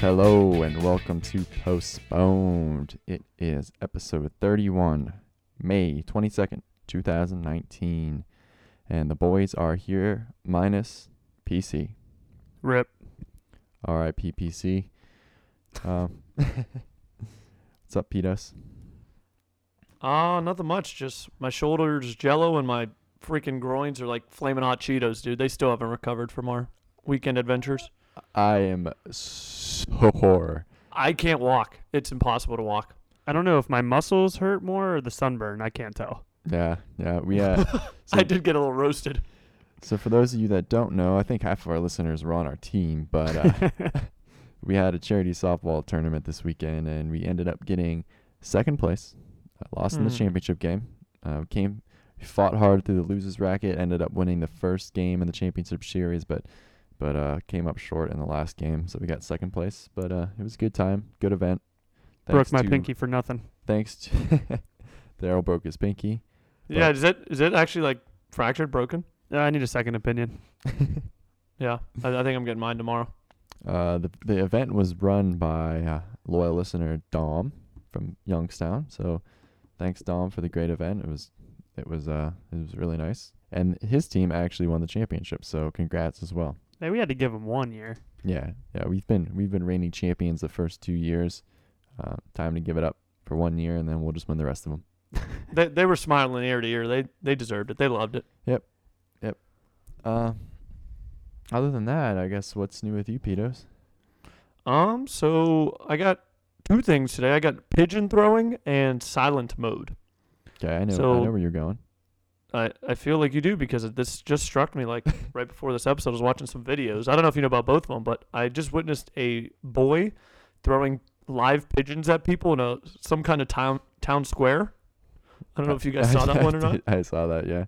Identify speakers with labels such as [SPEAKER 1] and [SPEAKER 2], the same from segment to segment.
[SPEAKER 1] Hello and welcome to Postponed. It is episode 31, May 22nd, 2019. And the boys are here, minus PC.
[SPEAKER 2] Rip.
[SPEAKER 1] RIP PC. Um, what's up, Pedos?
[SPEAKER 2] Ah, nothing much. Just my shoulders jello and my freaking groins are like flaming hot Cheetos, dude. They still haven't recovered from our weekend adventures.
[SPEAKER 1] I am sore.
[SPEAKER 2] I can't walk. It's impossible to walk.
[SPEAKER 3] I don't know if my muscles hurt more or the sunburn. I can't tell.
[SPEAKER 1] Yeah, yeah, we uh. so-
[SPEAKER 2] I did get a little roasted.
[SPEAKER 1] So for those of you that don't know, I think half of our listeners were on our team, but uh, we had a charity softball tournament this weekend, and we ended up getting second place. I lost in the
[SPEAKER 2] Hmm.
[SPEAKER 1] championship game. Uh, came, fought hard through the losers bracket. Ended up winning the first game in the championship series, but but uh, came up short in the last game, so we got second place. But uh, it was a good time, good event.
[SPEAKER 3] Broke
[SPEAKER 1] Thanks
[SPEAKER 3] my
[SPEAKER 1] to-
[SPEAKER 3] pinky for nothing.
[SPEAKER 1] Thanks. To Daryl broke his pinky.
[SPEAKER 2] yeah, is it is it actually like fractured, broken?
[SPEAKER 3] Uh, I need a second opinion.
[SPEAKER 2] Yeah, I, I think I'm getting mine tomorrow.
[SPEAKER 1] Uh, the the event was run by uh, loyal listener Dom from Youngstown. So, thanks Dom for the great event. It was it was uh it was really nice, and his team actually won the championship. So, congrats as well.
[SPEAKER 3] Hey, we had to give him one year.
[SPEAKER 1] Yeah, yeah, we've been we've been reigning champions the first two years. Uh, time to give it up for one year, and then we'll just win the rest of them.
[SPEAKER 2] They they were smiling ear to ear. They they deserved it. They loved it.
[SPEAKER 1] Uh, other than that, I guess what's new with you, Pedos?
[SPEAKER 2] Um, so I got two things today. I got pigeon throwing and silent mode.
[SPEAKER 1] Okay, I know I
[SPEAKER 2] So-
[SPEAKER 1] know where you're going.
[SPEAKER 2] I, I feel like you do because it- this just struck me like right before this episode. I was watching some videos. I don't know if you know about both of them, but I just witnessed a boy throwing live pigeons at people in a some kind of town town square. I don't know if you guys saw that one or not.
[SPEAKER 1] I saw that. Yeah.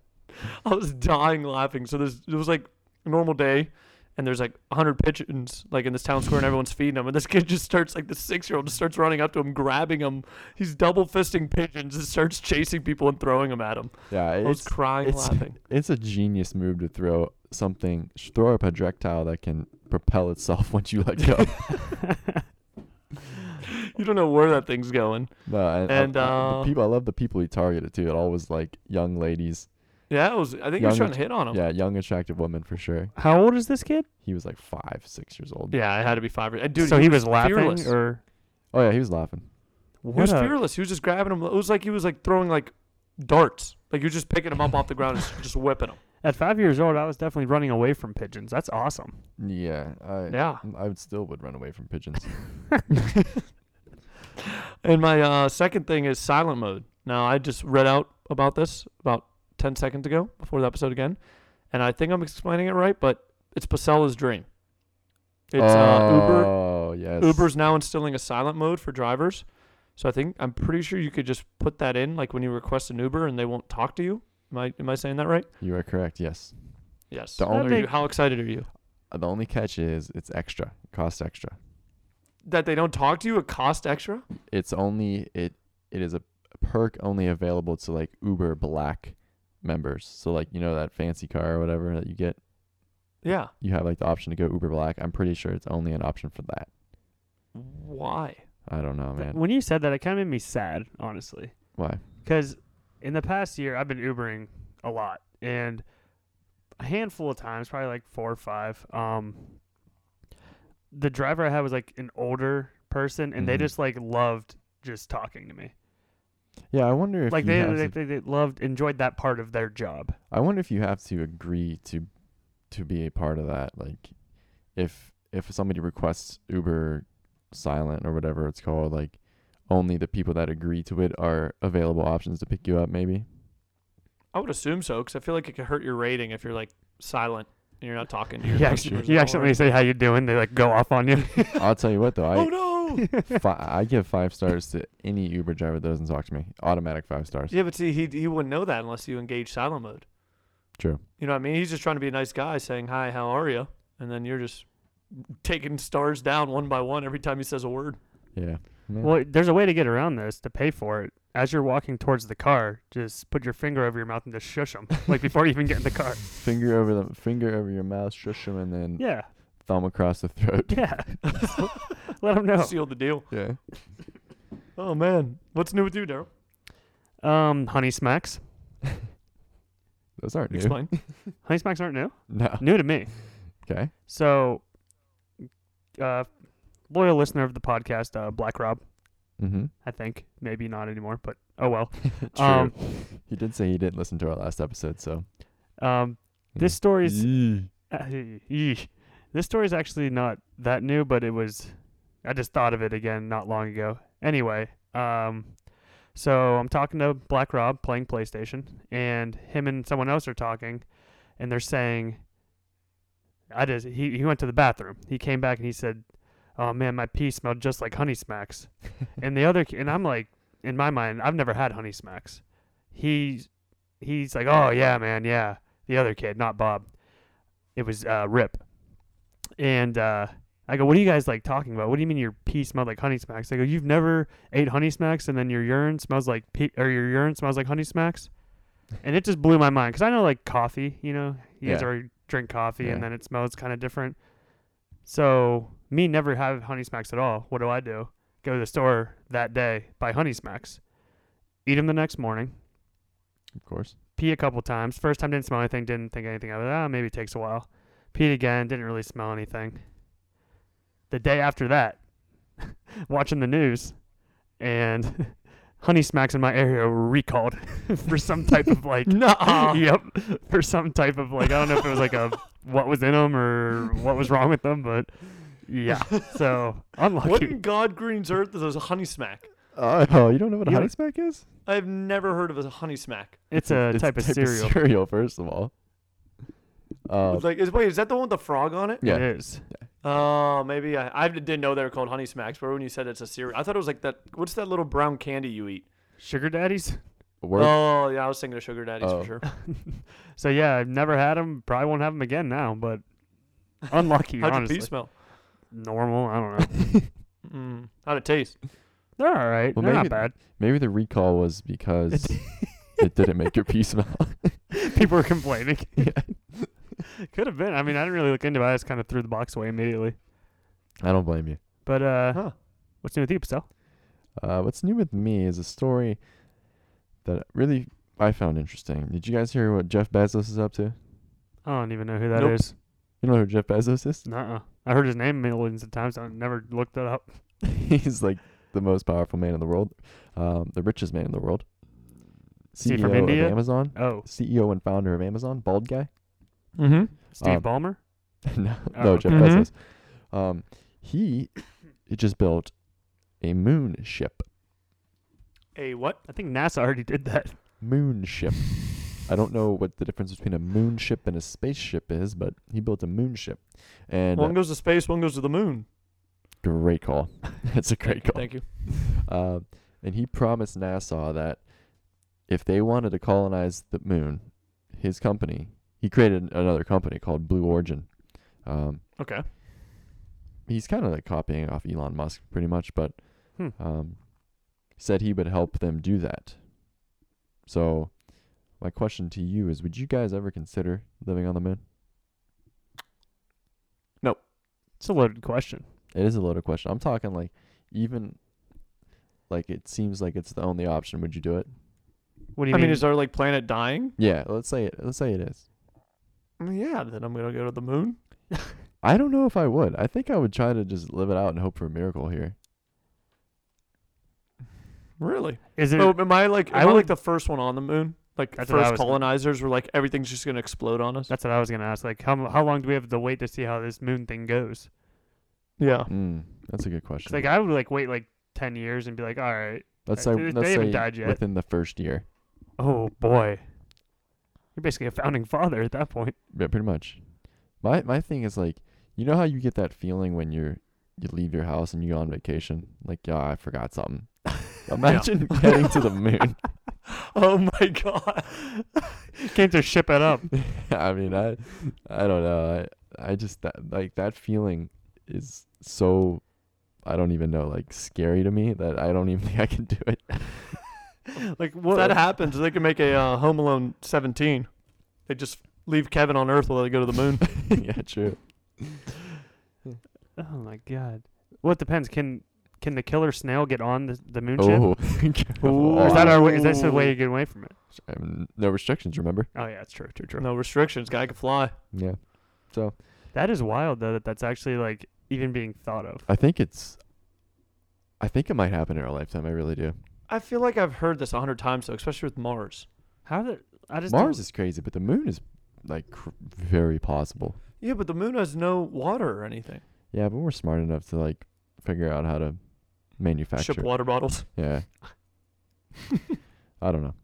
[SPEAKER 2] I was dying laughing. So there's it was like a normal day, and there's like hundred pigeons like in this town square, and everyone's feeding them. And this kid just starts like the six year old just starts running up to him, grabbing him. He's double fisting pigeons and starts chasing people and throwing them at him.
[SPEAKER 1] Yeah.
[SPEAKER 2] I was
[SPEAKER 1] It's
[SPEAKER 2] crying
[SPEAKER 1] it's-
[SPEAKER 2] laughing.
[SPEAKER 1] It's a genius move to throw something, sh- throw a projectile that can propel itself once you let go.
[SPEAKER 2] You don't know where that thing's going.
[SPEAKER 1] no, and
[SPEAKER 2] And,
[SPEAKER 1] the
[SPEAKER 2] uh,
[SPEAKER 1] people, I love the people he targeted too. It always like young ladies.
[SPEAKER 2] Yeah, it was. I think he was
[SPEAKER 1] Young
[SPEAKER 2] trying to hit on him. Yeah,
[SPEAKER 1] Yeah, young attractive women for sure.
[SPEAKER 3] How old is this kid?
[SPEAKER 1] He was like five, six years old.
[SPEAKER 2] it had to be five. or- uh, Dude,
[SPEAKER 3] so he was, laughing,
[SPEAKER 2] fearless.
[SPEAKER 3] or
[SPEAKER 1] Oh yeah, he was laughing.
[SPEAKER 2] he was
[SPEAKER 3] What a-
[SPEAKER 2] fearless. He was just grabbing him. It was like he was like throwing like darts. Like he was just picking him up off the ground and just- just whipping him.
[SPEAKER 3] at five years old, I was definitely running away from pigeons. That's awesome.
[SPEAKER 1] Yeah, I,
[SPEAKER 2] Yeah.
[SPEAKER 1] I would still would run away from pigeons.
[SPEAKER 3] Oh,
[SPEAKER 2] And my uh, second thing is silent mode. Now I just read out about this about ten seconds ago before the episode again, and I think I'm explaining it right, but it's Pacella's dream. It's uh, Uber
[SPEAKER 1] Oh yes.
[SPEAKER 2] Uber's now instilling a silent mode for drivers. So I think I'm pretty sure you could just put that in, like when you request an Uber and they won't talk to you. Am I am I saying that right?
[SPEAKER 1] You are correct. Yes.
[SPEAKER 2] Yes.
[SPEAKER 1] The
[SPEAKER 2] How
[SPEAKER 1] only-
[SPEAKER 2] are you- how excited are you
[SPEAKER 1] Uh, The only catch is it's extra. It costs extra.
[SPEAKER 2] that they don't talk to you? It costs extra.
[SPEAKER 1] It's only it it is a perk only available to like Uber Black members. So like you know that fancy car or whatever that you get.
[SPEAKER 2] Yeah.
[SPEAKER 1] you have like the option to go Uber Black. I'm pretty sure it's only an option for that.
[SPEAKER 2] Why?
[SPEAKER 1] I don't know,
[SPEAKER 3] Th-
[SPEAKER 1] man.
[SPEAKER 3] When you said that, it kind of made me sad, honestly.
[SPEAKER 1] Why?
[SPEAKER 3] Because in the past year, I've been Ubering a lot, and a handful of times, probably like four or five. Um, the driver I had was like an older person, and they
[SPEAKER 1] Mhm.
[SPEAKER 3] just like loved just talking to me.
[SPEAKER 1] Yeah, I wonder if
[SPEAKER 3] like
[SPEAKER 1] you
[SPEAKER 3] they,
[SPEAKER 1] have
[SPEAKER 3] they,
[SPEAKER 1] to,
[SPEAKER 3] they they loved enjoyed that part of their job.
[SPEAKER 1] I wonder if you have to agree to to be a part of that. Like if if somebody requests Uber Silent or whatever it's called, like only the people that agree to it are available options to pick you up maybe.
[SPEAKER 2] I would assume so, because I feel like it could hurt your rating if you're like silent and you're not talking to your
[SPEAKER 3] You,
[SPEAKER 2] customers
[SPEAKER 3] accident, you
[SPEAKER 2] at all.
[SPEAKER 3] accidentally say how you doing, they like go off on you.
[SPEAKER 1] I'll tell you what though,
[SPEAKER 2] Oh
[SPEAKER 1] I
[SPEAKER 2] no!
[SPEAKER 1] fi- I give 5 stars to any Uber driver that doesn't talk to me. Automatic 5 stars.
[SPEAKER 2] yeah, but see, he he wouldn't know that unless you engage silent mode.
[SPEAKER 1] True.
[SPEAKER 2] You know what I mean? He's just trying to be a nice guy, saying hi, how are you, and then you're just taking stars down one by one every time he says a word.
[SPEAKER 1] Yeah. Man.
[SPEAKER 3] Well, there's a way to get around this to pay for it. As you're walking towards the car, just put your finger over your mouth and just shush them, like before you even get in the car.
[SPEAKER 1] Finger over the finger over your mouth, shush him, and then
[SPEAKER 3] Yeah,
[SPEAKER 1] thumb across the throat.
[SPEAKER 3] yeah. Let them know.
[SPEAKER 2] Seal the deal.
[SPEAKER 1] Yeah.
[SPEAKER 2] Oh man, what's new with you, Daryl?
[SPEAKER 3] Um, honey smacks.
[SPEAKER 1] Those aren't new.
[SPEAKER 2] Explain.
[SPEAKER 3] Honey smacks aren't new.
[SPEAKER 1] No.
[SPEAKER 3] New to me.
[SPEAKER 1] Okay.
[SPEAKER 3] So, uh, loyal listener of the podcast, uh, Black Rob,
[SPEAKER 1] Mm-hmm.
[SPEAKER 3] I think maybe not anymore, but oh well.
[SPEAKER 1] True.
[SPEAKER 3] Um,
[SPEAKER 1] he did say he didn't listen to our last episode, so.
[SPEAKER 3] Um, this story is Uh, yeesh. this story is actually not that new, but it was. I just thought of it again not long ago. Anyway, um, so I'm talking to Black Rob playing PlayStation, and him and someone else are talking, and they're saying, "I just he he went to the bathroom. He came back and he said, "Oh man, my pee smelled just like Honey Smacks." and the other ki- and I'm like, in my mind, I've never had Honey Smacks. He's he's like, "Oh yeah, man, yeah." The other kid, not Bob it was uh, Rip. And uh, I go, what are you guys like talking about? What do you mean your pee smelled like honey smacks? I go, you've never ate honey smacks and then your urine smells like pee, or your urine smells like honey smacks. And it just blew my mind because I know like coffee, you know, you guys
[SPEAKER 1] Yeah.
[SPEAKER 3] already drink coffee
[SPEAKER 1] Yeah.
[SPEAKER 3] and then it smells kind of different. So me never have honey smacks at all. What do I do? Go to the store that day, buy honey smacks, eat them the next morning
[SPEAKER 1] Of course.
[SPEAKER 3] pee a couple times. First time didn't smell anything, didn't think anything of it. Ah, maybe it takes a while. Peed again, didn't really smell anything. The day after that, watching the news, and honey smacks in my area were recalled for some type of like.
[SPEAKER 2] Nuh-uh.
[SPEAKER 3] Yep, for some type of like I don't know if it was like a what was in them or what was wrong with them, but yeah. So unlucky.
[SPEAKER 2] What in God Green's earth is a honey smack?
[SPEAKER 1] Oh, you don't know what a
[SPEAKER 3] Uh, You
[SPEAKER 1] honey
[SPEAKER 3] don't-
[SPEAKER 1] smack is?
[SPEAKER 2] I've never heard of a honey smack.
[SPEAKER 3] It's a
[SPEAKER 1] It's
[SPEAKER 3] type of cereal.
[SPEAKER 1] cereal, first of all. Uh,
[SPEAKER 2] It's like, is, wait, is that the one with the frog on it?
[SPEAKER 1] yeah.
[SPEAKER 3] It is.
[SPEAKER 2] Oh, maybe I, I didn't know they were called honey smacks. But when you said it's a cereal, I thought it was like that. What's that little brown candy you eat?
[SPEAKER 3] Sugar daddies.
[SPEAKER 1] Work.
[SPEAKER 3] Uh,
[SPEAKER 2] Oh, yeah, I was thinking of sugar daddies
[SPEAKER 1] Oh.
[SPEAKER 2] for sure.
[SPEAKER 3] So yeah, I've never had them. Probably won't have them again now. But unlucky,
[SPEAKER 2] How'd
[SPEAKER 3] honestly.
[SPEAKER 2] your pee smell?
[SPEAKER 3] Normal. I don't know.
[SPEAKER 2] Mm, how'd it taste?
[SPEAKER 3] They're all right.
[SPEAKER 1] Well,
[SPEAKER 3] They're
[SPEAKER 1] maybe-
[SPEAKER 3] not bad.
[SPEAKER 1] Maybe the recall was because it didn't make your pee smell.
[SPEAKER 3] People were complaining. Could have been. I mean, I didn't really look into it. I just kind of threw the box away immediately.
[SPEAKER 1] I don't blame you.
[SPEAKER 3] But uh,
[SPEAKER 2] Huh.
[SPEAKER 3] what's new with you, Pastel?
[SPEAKER 1] Uh, what's new with me is a story that really I found interesting. Did you guys hear what Jeff Bezos is up to? You
[SPEAKER 3] I don't even know who that
[SPEAKER 2] Nope.
[SPEAKER 3] is.
[SPEAKER 1] know who Jeff Bezos is?
[SPEAKER 3] Nuh-uh. I heard his name millions of times. I never looked it up.
[SPEAKER 1] He's like the most powerful man in the world, um, the richest man in the world.
[SPEAKER 3] he
[SPEAKER 1] CEO
[SPEAKER 3] from India?
[SPEAKER 1] of Amazon,
[SPEAKER 3] Oh,
[SPEAKER 1] CEO and founder of Amazon, bald guy.
[SPEAKER 2] Mm-hmm.
[SPEAKER 3] Steve
[SPEAKER 1] Um,
[SPEAKER 3] Ballmer.
[SPEAKER 1] no,
[SPEAKER 3] Oh,
[SPEAKER 1] no,
[SPEAKER 3] okay.
[SPEAKER 1] Jeff
[SPEAKER 2] Mhm.
[SPEAKER 1] Bezos. Um, he, he just built a moon ship.
[SPEAKER 2] A what?
[SPEAKER 3] I think NASA already did that.
[SPEAKER 1] Moon ship. I don't know what the difference between a moon ship and a spaceship is, but he built a moon ship. And uh,
[SPEAKER 2] One goes to space, one goes to the moon.
[SPEAKER 1] great call. it's a great call.
[SPEAKER 2] Thank you.
[SPEAKER 1] Uh, and he promised NASA that if they wanted to colonize the moon, his company, he created another company called Blue Origin. Um,
[SPEAKER 2] Okay.
[SPEAKER 1] he's kind of like copying off Elon Musk pretty much, but
[SPEAKER 3] Hmm.
[SPEAKER 1] um, said he would help them do that. So, my question to you is: Would you guys ever consider living on the moon?
[SPEAKER 3] It's a loaded question.
[SPEAKER 1] It is a loaded question. I'm talking like even like it seems like it's the only option. Would you do it?
[SPEAKER 3] What do
[SPEAKER 2] I
[SPEAKER 3] you
[SPEAKER 2] mean,
[SPEAKER 3] mean?
[SPEAKER 2] is our like planet dying? Mm,
[SPEAKER 1] Yeah, let's say it. Let's say it is.
[SPEAKER 2] Yeah, then I'm gonna go to the moon.
[SPEAKER 1] I don't know if I would. I think I would try to just live it out and hope for a miracle here.
[SPEAKER 2] Really?
[SPEAKER 3] is it?
[SPEAKER 2] Oh, am I like? Am
[SPEAKER 3] I
[SPEAKER 2] I, like
[SPEAKER 3] would-
[SPEAKER 2] the first one on the moon? Like
[SPEAKER 3] That's what I
[SPEAKER 2] first
[SPEAKER 3] was-
[SPEAKER 2] colonizers were like everything's just gonna explode on us.
[SPEAKER 3] That's what I was gonna ask. Like, how m- how long do we have to wait to see how this moon thing goes?
[SPEAKER 2] Yeah.
[SPEAKER 1] Mm, that's a good question.
[SPEAKER 3] 'Cause, like, I would like wait like ten years and be like, all right,
[SPEAKER 1] let's
[SPEAKER 3] I-
[SPEAKER 1] say
[SPEAKER 3] they-
[SPEAKER 1] let's
[SPEAKER 3] they haven't
[SPEAKER 1] say
[SPEAKER 3] died yet.
[SPEAKER 1] within the first year.
[SPEAKER 3] oh boy, you're basically a founding father at that point.
[SPEAKER 1] Yeah, pretty much. My my thing is like, you know how you get that feeling when you're you leave your house and you go on vacation, like, yeah, I forgot something. Imagine getting to the moon.
[SPEAKER 2] Oh my god.
[SPEAKER 3] Can't just ship it up.
[SPEAKER 1] I mean, I I don't know. I I just that like that feeling is so I don't even know, like scary to me that I don't even think I can do it.
[SPEAKER 3] like what?
[SPEAKER 2] If that happens, they can make a uh, Home Alone 17. They just leave Kevin on Earth while they go to the moon.
[SPEAKER 1] yeah, true.
[SPEAKER 3] oh my god. Well, it depends. Can can the killer snail get on the, the moon ship?
[SPEAKER 1] Oh,
[SPEAKER 3] Or is that
[SPEAKER 1] Wow.
[SPEAKER 3] our way, is that the way you get away from it?
[SPEAKER 1] Um, no restrictions, remember?
[SPEAKER 3] Oh yeah, it's true, true, true.
[SPEAKER 2] no restrictions. Guy can fly.
[SPEAKER 1] Yeah. So
[SPEAKER 3] That is wild though. That that's actually like even being thought of.
[SPEAKER 1] I think it's, I think it might happen in our lifetime. I really do.
[SPEAKER 2] I feel like I've heard this a hundred times though, especially with Mars.
[SPEAKER 3] How the I just
[SPEAKER 1] Mars
[SPEAKER 3] don't-
[SPEAKER 1] is crazy, but the moon is like cr- very possible.
[SPEAKER 2] Yeah, but the moon has no water or anything.
[SPEAKER 1] Yeah, but we're smart enough to like figure out how to manufacture.
[SPEAKER 2] Ship water bottles.
[SPEAKER 1] Yeah. I don't know.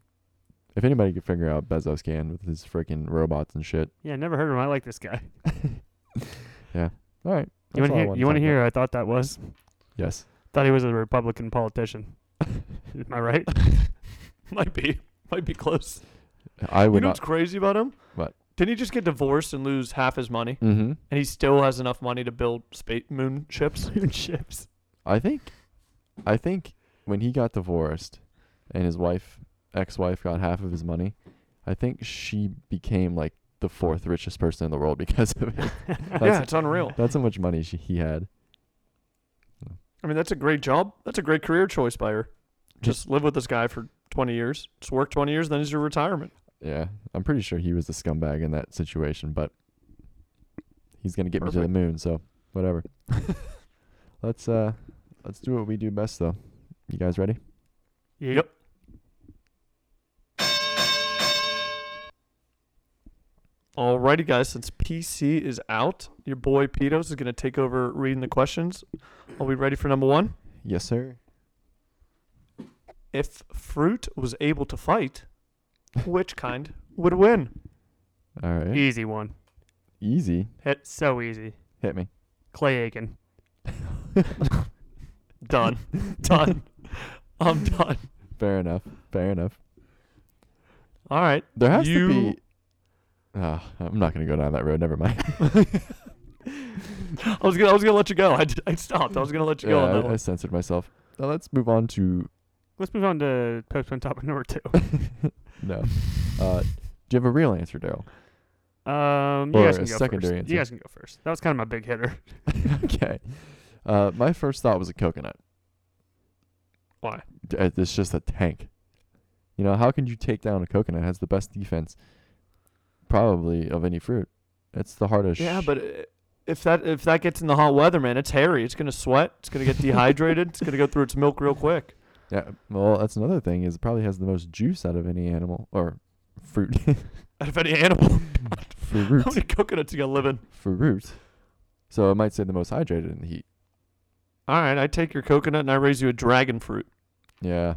[SPEAKER 1] If anybody could figure out Bezos can with his freaking robots and shit.
[SPEAKER 3] yeah, never heard of him. I like this guy.
[SPEAKER 1] All right.
[SPEAKER 3] You
[SPEAKER 1] that's all
[SPEAKER 3] want to
[SPEAKER 1] I
[SPEAKER 3] hear?
[SPEAKER 1] wanted
[SPEAKER 3] You want to
[SPEAKER 1] talk
[SPEAKER 3] hear? Who I thought that was.
[SPEAKER 1] about. Yes.
[SPEAKER 3] Thought he was a Republican politician. Am I right?
[SPEAKER 2] Might be. Might be close.
[SPEAKER 1] I
[SPEAKER 2] You
[SPEAKER 1] would
[SPEAKER 2] know
[SPEAKER 1] not.
[SPEAKER 2] what's crazy about him?
[SPEAKER 1] What?
[SPEAKER 2] Didn't he just get divorced and lose half his money?
[SPEAKER 1] Mm-hmm.
[SPEAKER 2] And he still has enough money to build space moon ships.
[SPEAKER 3] Moon ships.
[SPEAKER 1] I think, I think when he got divorced, and his wife, ex-wife, got half of his money, I think she became like the fourth richest person in the world because of it.
[SPEAKER 2] yeah, it's unreal.
[SPEAKER 1] That's how much money she, he had.
[SPEAKER 2] I mean, that's a great job. That's a great career choice by her. Just live with this guy for 20 years. Just work 20 years, then is your retirement.
[SPEAKER 1] Yeah, I'm pretty sure he was the scumbag in that situation, but he's gonna get me to
[SPEAKER 2] Perfect.
[SPEAKER 1] the moon, so whatever. let's uh, let's do what we do best though. You guys ready?
[SPEAKER 3] You-
[SPEAKER 2] Yep. Alrighty, guys, since PC is out, your boy Petos is going to take over reading the questions. Are we ready for number one?
[SPEAKER 1] Yes, sir.
[SPEAKER 2] If fruit was able to fight, which kind would win?
[SPEAKER 1] All right.
[SPEAKER 2] E
[SPEAKER 3] Easy one.
[SPEAKER 1] Easy.
[SPEAKER 3] Hit so easy.
[SPEAKER 1] Hit me.
[SPEAKER 3] Clay Aiken.
[SPEAKER 2] Done. done. I'm done.
[SPEAKER 1] Fair enough. Fair enough.
[SPEAKER 2] All right.
[SPEAKER 1] There has
[SPEAKER 2] You-
[SPEAKER 1] to be. Ah, I'm not gonna go down that road. Never mind.
[SPEAKER 2] I was gonna, I was gonna let you go. I, d- I stopped. I was gonna let you go on
[SPEAKER 1] Yeah,
[SPEAKER 2] that
[SPEAKER 1] I, I
[SPEAKER 2] one.
[SPEAKER 1] censored myself. Now let's move on to
[SPEAKER 3] Let's move on to postman topic number two.
[SPEAKER 1] no. Uh, do you have a real answer, Daryl?
[SPEAKER 3] Um,
[SPEAKER 1] Or
[SPEAKER 3] you guys
[SPEAKER 1] a
[SPEAKER 3] can go
[SPEAKER 1] secondary
[SPEAKER 3] first.
[SPEAKER 1] answer.
[SPEAKER 3] You guys can go first. That was kind of my big hitter.
[SPEAKER 1] okay. Uh, my first thought was a coconut.
[SPEAKER 2] Why?
[SPEAKER 1] D- uh, It's just a tank. You know, how can you take down a coconut? It has the best defense, probably of any fruit. It's the hardest.
[SPEAKER 2] Yeah, but i- if that if that gets in the hot weather, man, it's hairy. It's gonna sweat. It's gonna get dehydrated. it's gonna go through its milk real quick.
[SPEAKER 1] yeah. Well, that's another thing. Is it probably has the most juice out of any animal or fruit.
[SPEAKER 2] Out of any animal,
[SPEAKER 1] fruit.
[SPEAKER 2] how many coconuts you got living?
[SPEAKER 1] fruit. So it might say the most hydrated in the heat.
[SPEAKER 2] All right, I take your coconut and I raise you a dragon fruit.
[SPEAKER 1] Yeah.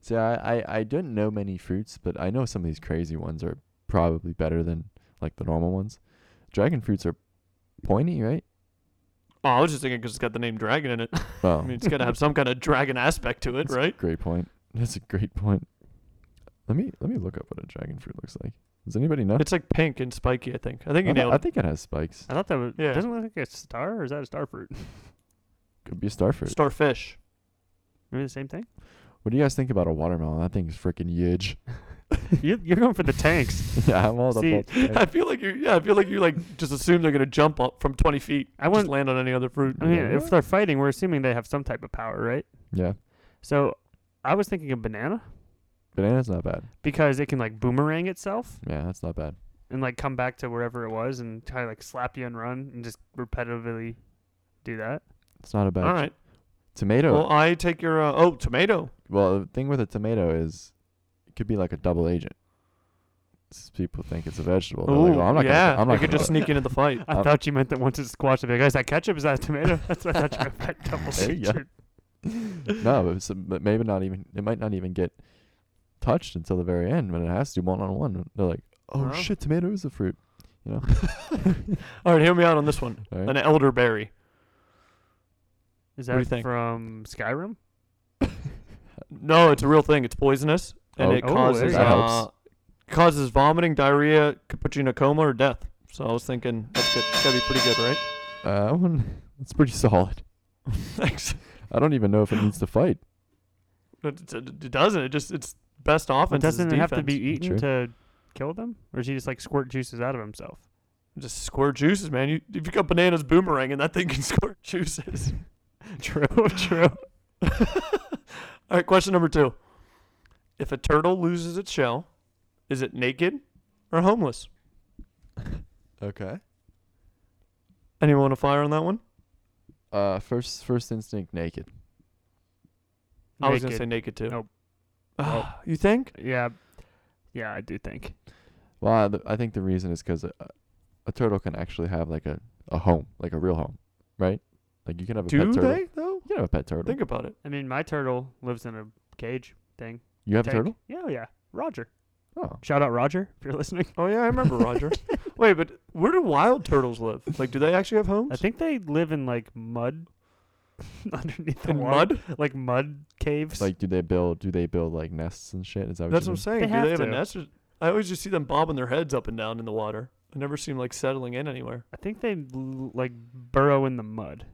[SPEAKER 1] See, I, I, I didn't know many fruits, but I know some of these crazy ones are probably better than like the normal ones. Dragon fruits are pointy, right?
[SPEAKER 2] Oh, I was just thinking 'cause it's got the name dragon in it.
[SPEAKER 1] Well,
[SPEAKER 2] I mean, it's gotta have some kind of dragon aspect to it,
[SPEAKER 1] that's a
[SPEAKER 2] right?
[SPEAKER 1] Great point. That's a great point. Let me let me look up what a dragon fruit looks like. Does anybody know?
[SPEAKER 2] It's like pink and spiky. I think. I think you
[SPEAKER 1] I, thi-
[SPEAKER 2] nailed
[SPEAKER 1] I
[SPEAKER 2] it.
[SPEAKER 1] think it has spikes.
[SPEAKER 3] I thought that was.
[SPEAKER 2] Yeah.
[SPEAKER 3] Doesn't it look like a star, or is that a star fruit?
[SPEAKER 1] Could be a starfruit.
[SPEAKER 2] Starfish.
[SPEAKER 3] Maybe the same thing.
[SPEAKER 1] what do you guys think about a watermelon? That thing's freaking huge.
[SPEAKER 3] you, you're going for the tanks.
[SPEAKER 1] yeah, I'm all
[SPEAKER 3] See,
[SPEAKER 1] the
[SPEAKER 2] I feel like you. Yeah, I feel like you like just assume they're gonna jump up from 20 feet.
[SPEAKER 3] I
[SPEAKER 2] just
[SPEAKER 3] wouldn't-
[SPEAKER 2] land on any other fruit.
[SPEAKER 3] I mean,
[SPEAKER 1] Yeah.
[SPEAKER 3] if they're fighting, we're assuming they have some type of power, right?
[SPEAKER 1] Yeah,
[SPEAKER 3] So, I was thinking a banana
[SPEAKER 1] banana's not bad.
[SPEAKER 3] because it can like boomerang itself
[SPEAKER 1] Yeah, that's not bad.
[SPEAKER 3] and like come back to wherever it was and try to like slap you and run and just repetitively do that.
[SPEAKER 1] It's not a bad.
[SPEAKER 2] All right.
[SPEAKER 1] Tomato.
[SPEAKER 2] Well, I take your uh, oh tomato.
[SPEAKER 1] Well, the thing with a tomato is it could be like a double agent. S- People think it's a vegetable. They're like,
[SPEAKER 2] Ooh,
[SPEAKER 1] "Well, I'm not
[SPEAKER 2] yeah.
[SPEAKER 1] gonna, I'm not
[SPEAKER 2] I could
[SPEAKER 1] gonna
[SPEAKER 2] just sneak into the fight.
[SPEAKER 3] I
[SPEAKER 1] Uh,
[SPEAKER 3] thought you meant that once it's squashed, I'd be like, guys, that ketchup is that tomato? That's what I thought you meant. by double
[SPEAKER 1] There you go.
[SPEAKER 3] feature."
[SPEAKER 1] no, but, it's, but maybe not even. It might not even get touched until the very end when it has to one on one. They're like, oh
[SPEAKER 2] Huh?
[SPEAKER 1] shit, tomato is a fruit. You know,
[SPEAKER 2] All right, hear me out on this one.
[SPEAKER 1] All
[SPEAKER 2] An
[SPEAKER 1] right.
[SPEAKER 2] elderberry.
[SPEAKER 3] Is
[SPEAKER 2] What do you
[SPEAKER 3] that
[SPEAKER 2] think?
[SPEAKER 3] from Skyrim?
[SPEAKER 2] No, it's a real thing. It's poisonous and
[SPEAKER 1] Oh.
[SPEAKER 2] it
[SPEAKER 3] Oh, there
[SPEAKER 2] causes
[SPEAKER 3] you go. That
[SPEAKER 2] uh,
[SPEAKER 1] helps.
[SPEAKER 2] causes vomiting, diarrhea, could put you in a coma or death. So I was thinking that's good. It's gotta be pretty good, right?
[SPEAKER 1] uh, I wouldn't, It's pretty solid.
[SPEAKER 2] Thanks.
[SPEAKER 1] I don't even know if it needs to fight.
[SPEAKER 2] It, it- it doesn't. It just it's best
[SPEAKER 3] But
[SPEAKER 2] offense. is
[SPEAKER 3] doesn't it have to
[SPEAKER 2] defense.
[SPEAKER 3] be eaten
[SPEAKER 1] True.
[SPEAKER 3] to kill them, or is he just like squirt juices out of himself?
[SPEAKER 2] just squirt juices, man. You if you got bananas boomerang and that thing can squirt juices.
[SPEAKER 3] True, true.
[SPEAKER 2] All right, question number two. If a turtle loses its shell, is it naked or homeless?
[SPEAKER 1] Okay.
[SPEAKER 2] Anyone want to fire on that one?
[SPEAKER 1] Uh, first first instinct naked.
[SPEAKER 2] I was gonna
[SPEAKER 3] Naked.
[SPEAKER 2] say naked too.
[SPEAKER 3] Nope.
[SPEAKER 2] Ah, you think?
[SPEAKER 3] Yeah, yeah, I do think.
[SPEAKER 1] Well, I, th- I think the reason is because a, a turtle can actually have like a, a home, like a real home, right? Like you can have a
[SPEAKER 2] Do
[SPEAKER 1] pet turtle.
[SPEAKER 2] they though?
[SPEAKER 1] You can have a pet turtle.
[SPEAKER 2] Think about it.
[SPEAKER 3] I mean, my turtle lives in a cage thing.
[SPEAKER 1] you have a
[SPEAKER 3] Tank.
[SPEAKER 1] turtle?
[SPEAKER 3] Yeah, yeah. Roger.
[SPEAKER 1] Oh,
[SPEAKER 3] Shout out Roger if you're listening.
[SPEAKER 2] Oh yeah, I remember Roger. Wait, but where do wild turtles live? Like, do they actually have homes?
[SPEAKER 3] I think they live in like mud underneath the
[SPEAKER 2] in
[SPEAKER 3] water.
[SPEAKER 2] mud?
[SPEAKER 3] like mud caves.
[SPEAKER 1] like do they build? Do they build like nests and shit? Is that what
[SPEAKER 2] That's
[SPEAKER 1] you
[SPEAKER 2] what I'm
[SPEAKER 1] mean?
[SPEAKER 2] saying.
[SPEAKER 3] They
[SPEAKER 2] do
[SPEAKER 3] have
[SPEAKER 2] they have a
[SPEAKER 3] to.
[SPEAKER 2] nest? Or, I always just see them bobbing their heads up and down in the water. I never seem like settling in anywhere.
[SPEAKER 3] I think they l- like burrow in the mud.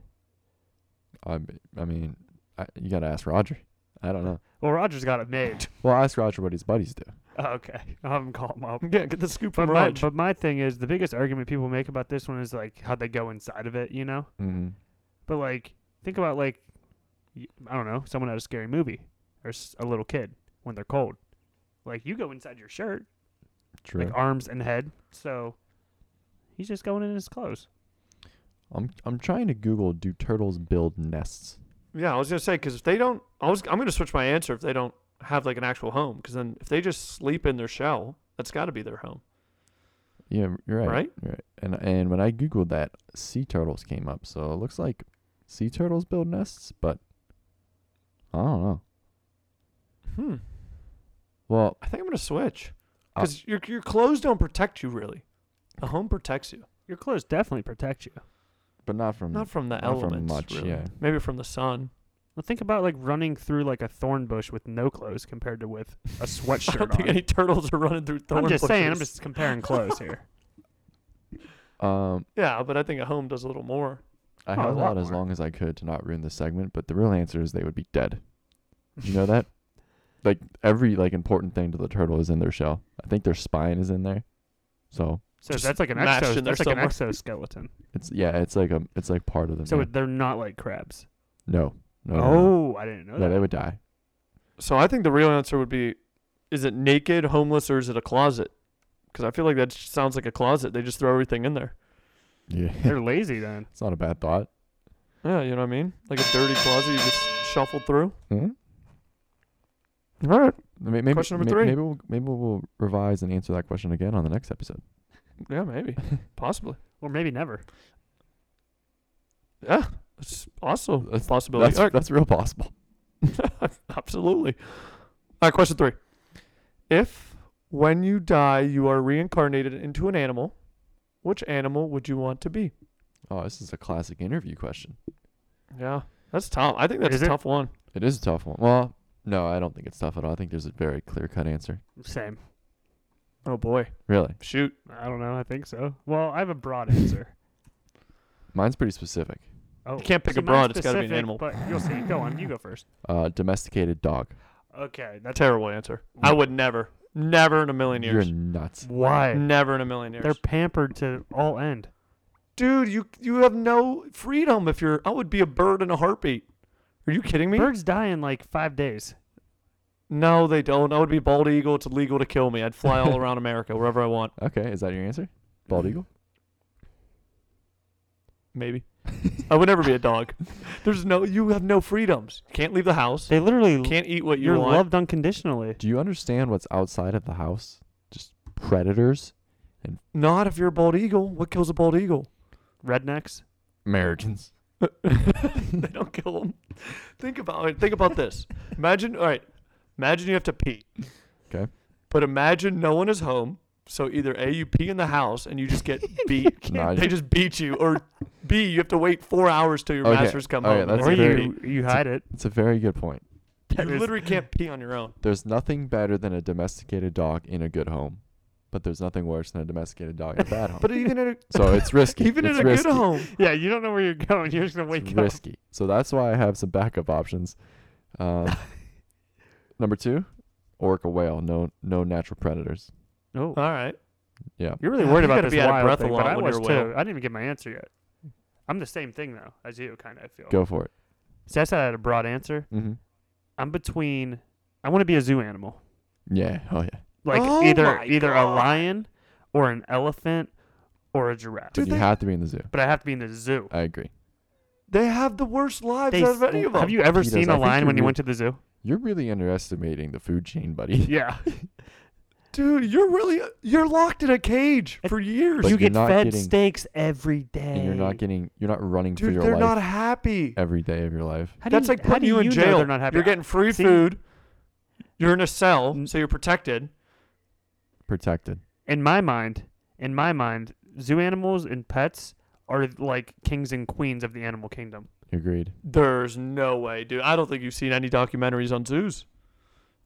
[SPEAKER 1] I, I mean, I, you gotta ask Roger. I don't know.
[SPEAKER 3] Well, Roger's got it made.
[SPEAKER 1] Well, ask Roger what his buddies do.
[SPEAKER 3] Oh, okay, I'll have him call him up.
[SPEAKER 2] Yeah, get the scoop
[SPEAKER 3] But
[SPEAKER 2] from
[SPEAKER 3] my,
[SPEAKER 2] Roger.
[SPEAKER 3] but my thing is the biggest argument people make about this one is like how they go inside of it, you know.
[SPEAKER 1] Mm-hmm.
[SPEAKER 3] But like, think about like, y- I don't know, someone at a scary movie or s- a little kid when they're cold. Like you go inside your shirt,
[SPEAKER 1] True.
[SPEAKER 3] like arms and head. So he's just going in his clothes.
[SPEAKER 1] I'm I'm trying to Google do turtles build nests?
[SPEAKER 2] Yeah, I was gonna say because if they don't, I was I'm gonna switch my answer if they don't have like an actual home because then if they just sleep in their shell, that's got to be their home.
[SPEAKER 1] Yeah, you're right.
[SPEAKER 2] Right?
[SPEAKER 1] You're right. And and when I googled that, sea turtles came up. So it looks like sea turtles build nests, but I don't know.
[SPEAKER 2] Hmm.
[SPEAKER 1] Well,
[SPEAKER 2] I think I'm gonna switch
[SPEAKER 1] Uh,
[SPEAKER 2] because your your clothes don't protect you really. A home protects you,
[SPEAKER 3] Your clothes definitely protect you.
[SPEAKER 1] but not from
[SPEAKER 2] not from the
[SPEAKER 1] Mm, Not from
[SPEAKER 2] elements.
[SPEAKER 1] much,
[SPEAKER 2] really.
[SPEAKER 1] yeah.
[SPEAKER 2] Maybe from the sun.
[SPEAKER 3] Well, think about like running through like a thorn bush with no clothes compared to with a
[SPEAKER 2] I don't
[SPEAKER 3] sweatshirt
[SPEAKER 2] think
[SPEAKER 3] on.
[SPEAKER 2] any turtles are running through thorn
[SPEAKER 3] I'm just saying, I'm
[SPEAKER 2] bushes.
[SPEAKER 3] just comparing clothes here.
[SPEAKER 1] um
[SPEAKER 2] Yeah, but I think a home does a little more.
[SPEAKER 1] I
[SPEAKER 3] Oh, a
[SPEAKER 1] held
[SPEAKER 3] lot
[SPEAKER 1] out as
[SPEAKER 3] more.
[SPEAKER 1] long as I could to not ruin the segment, but the real answer is they would be dead. You know that? like every like important thing to the turtle is in their shell. I think their spine is in there. So
[SPEAKER 3] So
[SPEAKER 2] Just
[SPEAKER 3] that's like an
[SPEAKER 2] mashed
[SPEAKER 3] exo.
[SPEAKER 2] in there
[SPEAKER 3] That's like an
[SPEAKER 2] somewhere.
[SPEAKER 3] exoskeleton.
[SPEAKER 1] it's yeah, it's like a it's like part of them.
[SPEAKER 3] So
[SPEAKER 1] yeah.
[SPEAKER 3] they're not like crabs.
[SPEAKER 1] no, no. no, no.
[SPEAKER 3] Oh, I didn't know
[SPEAKER 1] Yeah, they
[SPEAKER 3] that.
[SPEAKER 1] would die.
[SPEAKER 2] So I think the real answer would be, is it naked, homeless, or is it a closet? Because I feel like that just sounds like a closet. They just throw everything in there.
[SPEAKER 1] Yeah.
[SPEAKER 3] They're lazy then.
[SPEAKER 1] it's not a bad thought.
[SPEAKER 2] Yeah, you know what I mean? Like a dirty closet you just shuffle through.
[SPEAKER 1] hmm
[SPEAKER 2] All right.
[SPEAKER 1] May- Maybe,
[SPEAKER 2] Question number
[SPEAKER 1] may-
[SPEAKER 2] three.
[SPEAKER 1] Maybe we'll, maybe we'll revise and answer that question again on the next episode.
[SPEAKER 2] Yeah, maybe. Possibly.
[SPEAKER 3] Or maybe never.
[SPEAKER 2] Yeah. It's also a
[SPEAKER 1] That's-
[SPEAKER 2] possibility.
[SPEAKER 1] That's,
[SPEAKER 2] All right.
[SPEAKER 1] that's real possible.
[SPEAKER 2] Absolutely. All right, question three. If when you die you are reincarnated into an animal, which animal would you want to be?
[SPEAKER 1] Oh, this is a classic interview question.
[SPEAKER 2] Yeah. That's tough. I think that's
[SPEAKER 3] Is
[SPEAKER 2] a
[SPEAKER 3] it?
[SPEAKER 2] tough one.
[SPEAKER 1] It is a tough one. Well, no, I don't think it's tough at all. I think there's a very clear cut answer.
[SPEAKER 3] Same.
[SPEAKER 2] Oh boy.
[SPEAKER 1] Really,
[SPEAKER 2] Shoot.
[SPEAKER 3] I don't know. I think so. Well, I have a broad answer.
[SPEAKER 1] mine's pretty specific.
[SPEAKER 3] Oh,
[SPEAKER 2] You can't pick
[SPEAKER 3] see,
[SPEAKER 2] a broad,
[SPEAKER 3] mine's
[SPEAKER 2] it's gotta be an
[SPEAKER 3] specific,
[SPEAKER 2] animal.
[SPEAKER 3] But you'll see. Go on. You go first.
[SPEAKER 1] Uh, domesticated dog.
[SPEAKER 3] Okay. That's
[SPEAKER 2] Terrible answer. I would never. Never in a million
[SPEAKER 1] You're
[SPEAKER 2] years.
[SPEAKER 1] nuts.
[SPEAKER 3] why
[SPEAKER 2] Never in a million years.
[SPEAKER 3] they're pampered to all end.
[SPEAKER 2] Dude, you you have no freedom if you're. I would be a bird in a heartbeat. Are you kidding me?
[SPEAKER 3] Birds die in like five days.
[SPEAKER 2] No, they don't. I would be bald eagle. It's illegal to kill me. I'd fly all around America wherever I want.
[SPEAKER 1] Okay, is that your answer? Bald eagle.
[SPEAKER 2] Maybe. I would never be a dog. There's no. You have no freedoms. Can't leave the house.
[SPEAKER 3] They literally
[SPEAKER 2] Can't eat what you
[SPEAKER 3] you're
[SPEAKER 2] want.
[SPEAKER 3] loved unconditionally.
[SPEAKER 1] Do you understand what's outside of the house? Just predators,
[SPEAKER 2] Not if you're a bald eagle. What kills a bald eagle?
[SPEAKER 3] Rednecks.
[SPEAKER 1] Americans.
[SPEAKER 2] They don't kill them. Think about it. Think about this. Imagine. All right. Imagine you have to pee.
[SPEAKER 1] 'Kay.
[SPEAKER 2] But imagine no one is home. So either a you pee in the house and you just get beat
[SPEAKER 1] Nah,
[SPEAKER 2] They just beat you, or B, you have to wait four hours till your
[SPEAKER 1] Okay,
[SPEAKER 2] masters come
[SPEAKER 1] okay,
[SPEAKER 2] home.
[SPEAKER 1] that's
[SPEAKER 3] or
[SPEAKER 2] or
[SPEAKER 1] very-
[SPEAKER 2] you,
[SPEAKER 3] you you hide it.
[SPEAKER 1] it's a very good point.
[SPEAKER 2] you literally can't pee on your own.
[SPEAKER 1] There's nothing better than a domesticated dog in a good home. but there's nothing worse than a domesticated dog at a bad home.
[SPEAKER 2] But even at a,
[SPEAKER 1] so it's risky.
[SPEAKER 2] even
[SPEAKER 1] it's
[SPEAKER 2] at a
[SPEAKER 1] risky.
[SPEAKER 2] good home,
[SPEAKER 3] Yeah, you don't know where you're going. You're just gonna
[SPEAKER 1] It's
[SPEAKER 3] wake up.
[SPEAKER 1] risky. So that's why I have some backup options. Um, number two, orca whale. No, no natural predators.
[SPEAKER 3] Oh,
[SPEAKER 2] all right.
[SPEAKER 1] Yeah,
[SPEAKER 3] you're really
[SPEAKER 2] Yeah,
[SPEAKER 3] worried
[SPEAKER 2] you
[SPEAKER 3] about
[SPEAKER 2] gotta
[SPEAKER 3] this
[SPEAKER 2] be out of
[SPEAKER 3] wild
[SPEAKER 2] breath a
[SPEAKER 3] thing,
[SPEAKER 2] lot
[SPEAKER 3] but I
[SPEAKER 2] when
[SPEAKER 3] was
[SPEAKER 2] you're
[SPEAKER 3] too.
[SPEAKER 2] well.
[SPEAKER 3] I didn't even get my answer yet. I'm the same thing though as you, kind of. I feel.
[SPEAKER 1] go for it.
[SPEAKER 3] See, I said I had a broad answer.
[SPEAKER 1] hmm
[SPEAKER 3] I'm between. I want to be a zoo animal,
[SPEAKER 1] Yeah. Oh yeah.
[SPEAKER 3] like
[SPEAKER 2] Oh
[SPEAKER 3] either
[SPEAKER 2] my
[SPEAKER 3] either a
[SPEAKER 2] God.
[SPEAKER 3] lion, or an elephant, or a giraffe.
[SPEAKER 1] But
[SPEAKER 2] Do
[SPEAKER 1] you
[SPEAKER 2] they-
[SPEAKER 1] have to be in the zoo.
[SPEAKER 3] But I have to be in the zoo.
[SPEAKER 1] I agree.
[SPEAKER 2] They have the worst lives
[SPEAKER 3] They
[SPEAKER 2] out of any
[SPEAKER 3] sl-
[SPEAKER 2] of them.
[SPEAKER 3] have you ever
[SPEAKER 1] He does.
[SPEAKER 3] seen
[SPEAKER 1] I
[SPEAKER 3] a
[SPEAKER 1] think
[SPEAKER 3] lion
[SPEAKER 1] you're
[SPEAKER 3] when you
[SPEAKER 1] real-
[SPEAKER 3] went to the zoo?
[SPEAKER 1] You're really underestimating the food chain, buddy.
[SPEAKER 3] Yeah,
[SPEAKER 2] Dude, you're really you're locked in a cage for years.
[SPEAKER 1] But
[SPEAKER 3] you
[SPEAKER 1] you're
[SPEAKER 3] get
[SPEAKER 1] not
[SPEAKER 3] fed
[SPEAKER 1] getting-
[SPEAKER 3] steaks every day.
[SPEAKER 1] And you're not getting. You're not running for
[SPEAKER 2] Dude,
[SPEAKER 1] your
[SPEAKER 2] they're
[SPEAKER 1] life
[SPEAKER 2] not happy.
[SPEAKER 1] every day of your life.
[SPEAKER 3] How do
[SPEAKER 2] That's
[SPEAKER 3] you,
[SPEAKER 2] like
[SPEAKER 3] how
[SPEAKER 2] putting
[SPEAKER 3] do
[SPEAKER 2] you, in
[SPEAKER 3] know
[SPEAKER 2] jail.
[SPEAKER 3] They're not happy.
[SPEAKER 2] You're getting free
[SPEAKER 3] See?
[SPEAKER 2] food. You're in a cell, so you're protected.
[SPEAKER 1] Protected.
[SPEAKER 3] in my mind, in my mind, zoo animals and pets are like kings and queens of the animal kingdom.
[SPEAKER 1] Agreed.
[SPEAKER 2] There's no way, dude. I don't think you've seen any documentaries on zoos.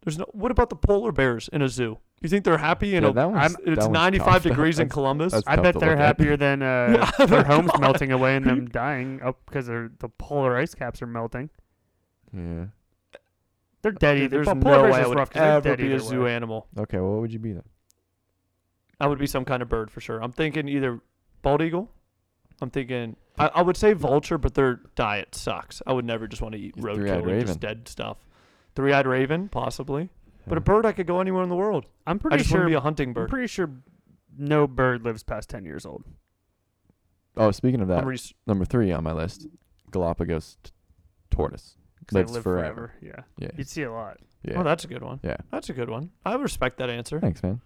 [SPEAKER 2] There's no. What about the polar bears in a zoo? You think they're happy in
[SPEAKER 1] yeah,
[SPEAKER 2] a?
[SPEAKER 1] that one's,
[SPEAKER 3] I'm-
[SPEAKER 1] that
[SPEAKER 2] it's
[SPEAKER 1] one's
[SPEAKER 2] 95
[SPEAKER 1] tough.
[SPEAKER 2] degrees in
[SPEAKER 1] That's-
[SPEAKER 2] Columbus.
[SPEAKER 1] that's
[SPEAKER 3] I
[SPEAKER 1] tough
[SPEAKER 3] bet
[SPEAKER 1] to
[SPEAKER 3] they're
[SPEAKER 1] look at.
[SPEAKER 3] happier than uh,
[SPEAKER 2] Yeah,
[SPEAKER 3] their
[SPEAKER 2] they're
[SPEAKER 3] homes
[SPEAKER 2] not.
[SPEAKER 3] melting away and them dying up because the polar ice caps are melting.
[SPEAKER 1] Yeah.
[SPEAKER 3] They're dead. e,
[SPEAKER 2] Dude,
[SPEAKER 3] either.
[SPEAKER 2] there's
[SPEAKER 3] but polar
[SPEAKER 2] no
[SPEAKER 3] bears
[SPEAKER 2] way I
[SPEAKER 3] is
[SPEAKER 2] would
[SPEAKER 3] rough 'cause they're
[SPEAKER 2] ever
[SPEAKER 3] dead
[SPEAKER 2] be a
[SPEAKER 3] either
[SPEAKER 2] zoo
[SPEAKER 3] way.
[SPEAKER 2] animal.
[SPEAKER 1] Okay. Well, what would you be then?
[SPEAKER 2] I would be some kind of bird for sure. I'm thinking either bald eagle. I'm thinking I, I would say vulture, but their diet sucks. I would never just want to eat
[SPEAKER 1] Three-eyed
[SPEAKER 2] roadkill and
[SPEAKER 1] raven.
[SPEAKER 2] just dead stuff. Three-eyed raven, possibly. But a
[SPEAKER 1] Yeah.
[SPEAKER 2] bird, I could go anywhere in the world.
[SPEAKER 3] I'm
[SPEAKER 2] I
[SPEAKER 3] pretty
[SPEAKER 2] just want to be
[SPEAKER 3] sure.
[SPEAKER 2] a hunting
[SPEAKER 3] I'm
[SPEAKER 2] bird.
[SPEAKER 3] pretty sure no bird lives past ten years old.
[SPEAKER 1] Oh, speaking of that,
[SPEAKER 2] I'm res-
[SPEAKER 1] number three on my list, Galapagos t- tortoise.
[SPEAKER 3] 'cause they
[SPEAKER 1] Lives
[SPEAKER 3] live
[SPEAKER 1] forever.
[SPEAKER 3] Yeah,
[SPEAKER 1] Yeah.
[SPEAKER 3] you'd see a lot.
[SPEAKER 1] Yeah.
[SPEAKER 2] Oh, that's a good one.
[SPEAKER 1] Yeah.
[SPEAKER 2] that's a good one. I respect that answer.
[SPEAKER 1] Thanks, man.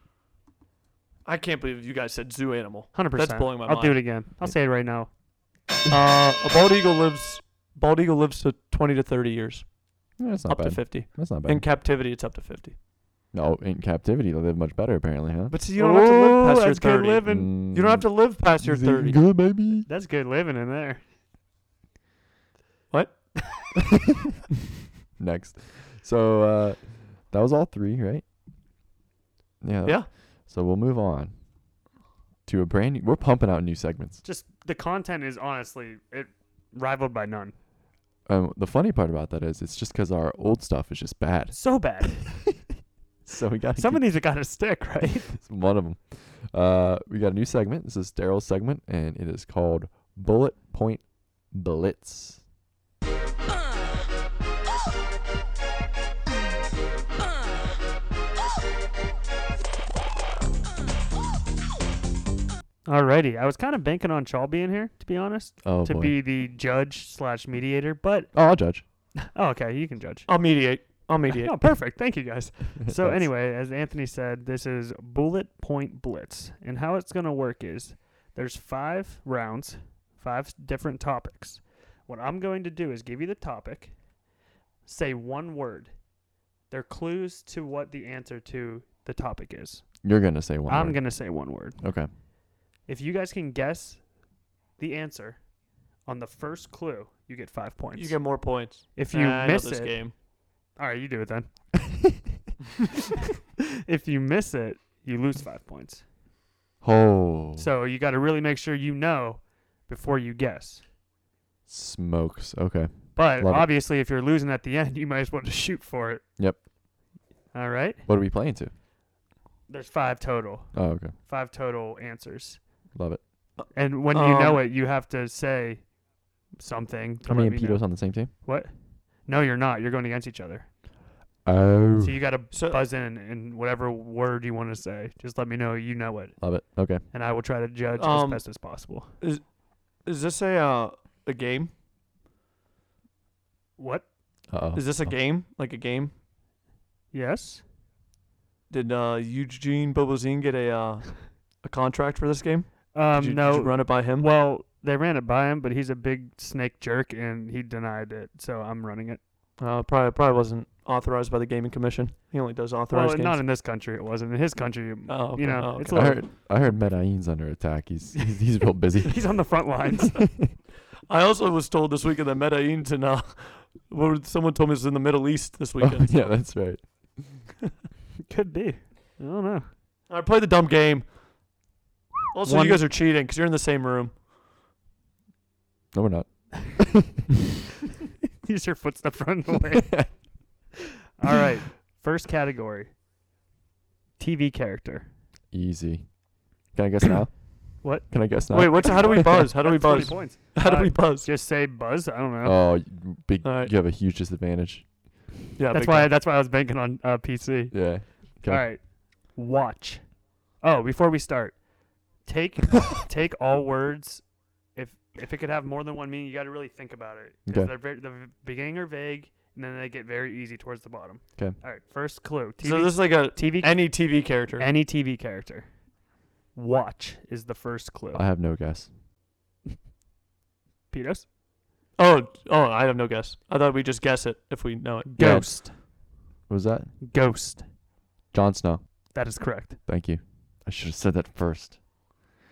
[SPEAKER 2] I can't believe you guys said zoo animal.
[SPEAKER 3] Hundred percent.
[SPEAKER 2] blowing my
[SPEAKER 3] I'll do
[SPEAKER 2] mind.
[SPEAKER 3] it again. I'll
[SPEAKER 1] Yeah.
[SPEAKER 3] say it right now.
[SPEAKER 2] Uh, a bald eagle lives. Bald eagle lives to 20 to 30 years,
[SPEAKER 1] Yeah, that's not
[SPEAKER 2] up
[SPEAKER 1] bad.
[SPEAKER 2] to 50.
[SPEAKER 1] That's not bad.
[SPEAKER 2] In captivity, it's up to 50.
[SPEAKER 1] no, in captivity they live much better apparently, huh?
[SPEAKER 2] But see, you don't have to
[SPEAKER 3] Ooh,
[SPEAKER 2] live past your
[SPEAKER 3] Oh, that's good
[SPEAKER 2] 30.
[SPEAKER 1] Mm.
[SPEAKER 3] living.
[SPEAKER 2] You don't have to live past your 30.
[SPEAKER 1] Good baby.
[SPEAKER 3] That's good living in there.
[SPEAKER 1] Next, so uh, that was all three, right? Yeah. that-
[SPEAKER 2] Yeah.
[SPEAKER 1] So we'll move on to a brand new. We're pumping out new segments.
[SPEAKER 3] Just the content is honestly it rivaled by none.
[SPEAKER 1] Um, the funny part about that is it's just because our old stuff is just bad.
[SPEAKER 3] So bad.
[SPEAKER 1] So we got
[SPEAKER 3] Some of these have got to stick, right?
[SPEAKER 1] one of them. Uh, we got a new segment. This is Daryl's segment, and it is called Bullet Point Blitz.
[SPEAKER 3] Alrighty, I was kind of banking on Chaw being here, to be honest,
[SPEAKER 1] Oh
[SPEAKER 3] to
[SPEAKER 1] boy.
[SPEAKER 3] be the judge slash mediator. But
[SPEAKER 1] oh, I'll judge.
[SPEAKER 3] oh, okay, you can judge.
[SPEAKER 2] I'll mediate. I'll mediate.
[SPEAKER 3] Oh, perfect. Thank you guys. So
[SPEAKER 1] That's-
[SPEAKER 3] anyway, as Anthony said, this is bullet point blitz, and how it's gonna work is there's five rounds, five different topics. What I'm going to do is give you the topic, say one word. They're clues to what the answer to the topic is.
[SPEAKER 1] you're gonna say one.
[SPEAKER 3] I'm
[SPEAKER 1] word.
[SPEAKER 3] gonna say one word.
[SPEAKER 1] Okay.
[SPEAKER 3] If you guys can guess the answer on the first clue, you get five points.
[SPEAKER 2] You get more points.
[SPEAKER 3] if you
[SPEAKER 2] Nah, I know
[SPEAKER 3] miss
[SPEAKER 2] this
[SPEAKER 3] it,
[SPEAKER 2] game.
[SPEAKER 3] all right, you do it then. if you miss it, you lose five points.
[SPEAKER 1] Oh.
[SPEAKER 3] So you got to really make sure you know before you guess.
[SPEAKER 1] smokes. Okay.
[SPEAKER 3] But
[SPEAKER 1] Love it.
[SPEAKER 3] obviously, if you're losing at the end, you might as well just shoot for it.
[SPEAKER 1] Yep.
[SPEAKER 3] All right.
[SPEAKER 1] What are we playing to?
[SPEAKER 3] There's five total.
[SPEAKER 1] Oh, okay.
[SPEAKER 3] Five total answers.
[SPEAKER 1] Love it.
[SPEAKER 3] And when you know
[SPEAKER 2] Um,
[SPEAKER 3] it, you have to say something. to
[SPEAKER 1] Are me
[SPEAKER 3] let
[SPEAKER 1] and
[SPEAKER 3] me know.
[SPEAKER 1] Pito's on the same team?
[SPEAKER 3] What? No, you're not. You're going against each other.
[SPEAKER 1] Oh.
[SPEAKER 3] So you got to
[SPEAKER 2] So-
[SPEAKER 3] buzz in and whatever word you want to say. Just let me know you know it,
[SPEAKER 1] Love it. Okay.
[SPEAKER 3] and I will try to judge as
[SPEAKER 2] Um,
[SPEAKER 3] best as possible.
[SPEAKER 2] Is this a uh, a game?
[SPEAKER 3] What?
[SPEAKER 1] Uh oh.
[SPEAKER 2] Is this a game? Like a game?
[SPEAKER 3] Yes.
[SPEAKER 2] Did uh, Eugene Bobozin get a uh, a contract for this game? Did
[SPEAKER 3] Um,
[SPEAKER 2] you,
[SPEAKER 3] no.
[SPEAKER 2] did you run it by him?
[SPEAKER 3] Well, they ran it by him, but he's a big snake jerk, and he denied it. So I'm running it.
[SPEAKER 2] Uh, probably probably wasn't authorized by the gaming commission. He only does authorized
[SPEAKER 3] well,
[SPEAKER 2] games.
[SPEAKER 3] not in this country. It wasn't in his country. m-
[SPEAKER 2] oh, okay.
[SPEAKER 3] you know,
[SPEAKER 2] oh,
[SPEAKER 3] it's
[SPEAKER 2] okay.
[SPEAKER 1] I
[SPEAKER 3] a-
[SPEAKER 1] heard. I heard Medain's under attack. He's he's, he's real busy.
[SPEAKER 3] He's on the front lines.
[SPEAKER 2] I also was told this weekend that Medellin's in uh, what was- someone told me it was in the Middle East this
[SPEAKER 1] oh,
[SPEAKER 2] weekend.
[SPEAKER 1] yeah, that's right.
[SPEAKER 3] Could be. I don't know.
[SPEAKER 2] I play the dumb game. Also,
[SPEAKER 3] One-
[SPEAKER 2] you guys are cheating because you're in the same room.
[SPEAKER 1] No, we're not.
[SPEAKER 3] Use your footsteps running away. All right. First category. TV character.
[SPEAKER 1] Easy. Can I guess now?
[SPEAKER 3] What?
[SPEAKER 1] Can I guess now?
[SPEAKER 2] Wait, what's how do we buzz? How do we
[SPEAKER 3] That's 20
[SPEAKER 2] buzz?
[SPEAKER 3] Points.
[SPEAKER 2] How do
[SPEAKER 3] Uh,
[SPEAKER 2] we buzz?
[SPEAKER 3] Just say buzz. I don't know.
[SPEAKER 1] Oh, you- big,
[SPEAKER 2] All right.
[SPEAKER 1] you have a huge disadvantage.
[SPEAKER 2] Yeah,
[SPEAKER 3] that's
[SPEAKER 2] big
[SPEAKER 3] why.
[SPEAKER 2] time.
[SPEAKER 3] that's why I was banking on uh, PC.
[SPEAKER 1] Yeah. Okay.
[SPEAKER 3] All right. Watch. Oh, before we start, take take all words. If if it could have more than one meaning, you got to really think about it. 'cause
[SPEAKER 1] Okay.
[SPEAKER 3] They're very, the beginning are vague, and then they get very easy towards the bottom.
[SPEAKER 1] 'Kay.
[SPEAKER 3] All right. First clue. TV.
[SPEAKER 2] So this is like a
[SPEAKER 3] TV.
[SPEAKER 2] any TV character.
[SPEAKER 3] any TV character. Watch is the first clue.
[SPEAKER 1] I have no guess.
[SPEAKER 3] Pedos.
[SPEAKER 2] Oh, oh, I have no guess. I thought we just guess it if we know it.
[SPEAKER 1] Yeah.
[SPEAKER 3] Ghost.
[SPEAKER 1] What was that?
[SPEAKER 3] Ghost.
[SPEAKER 1] Jon Snow.
[SPEAKER 3] That is correct.
[SPEAKER 1] Thank you. I should have said that first.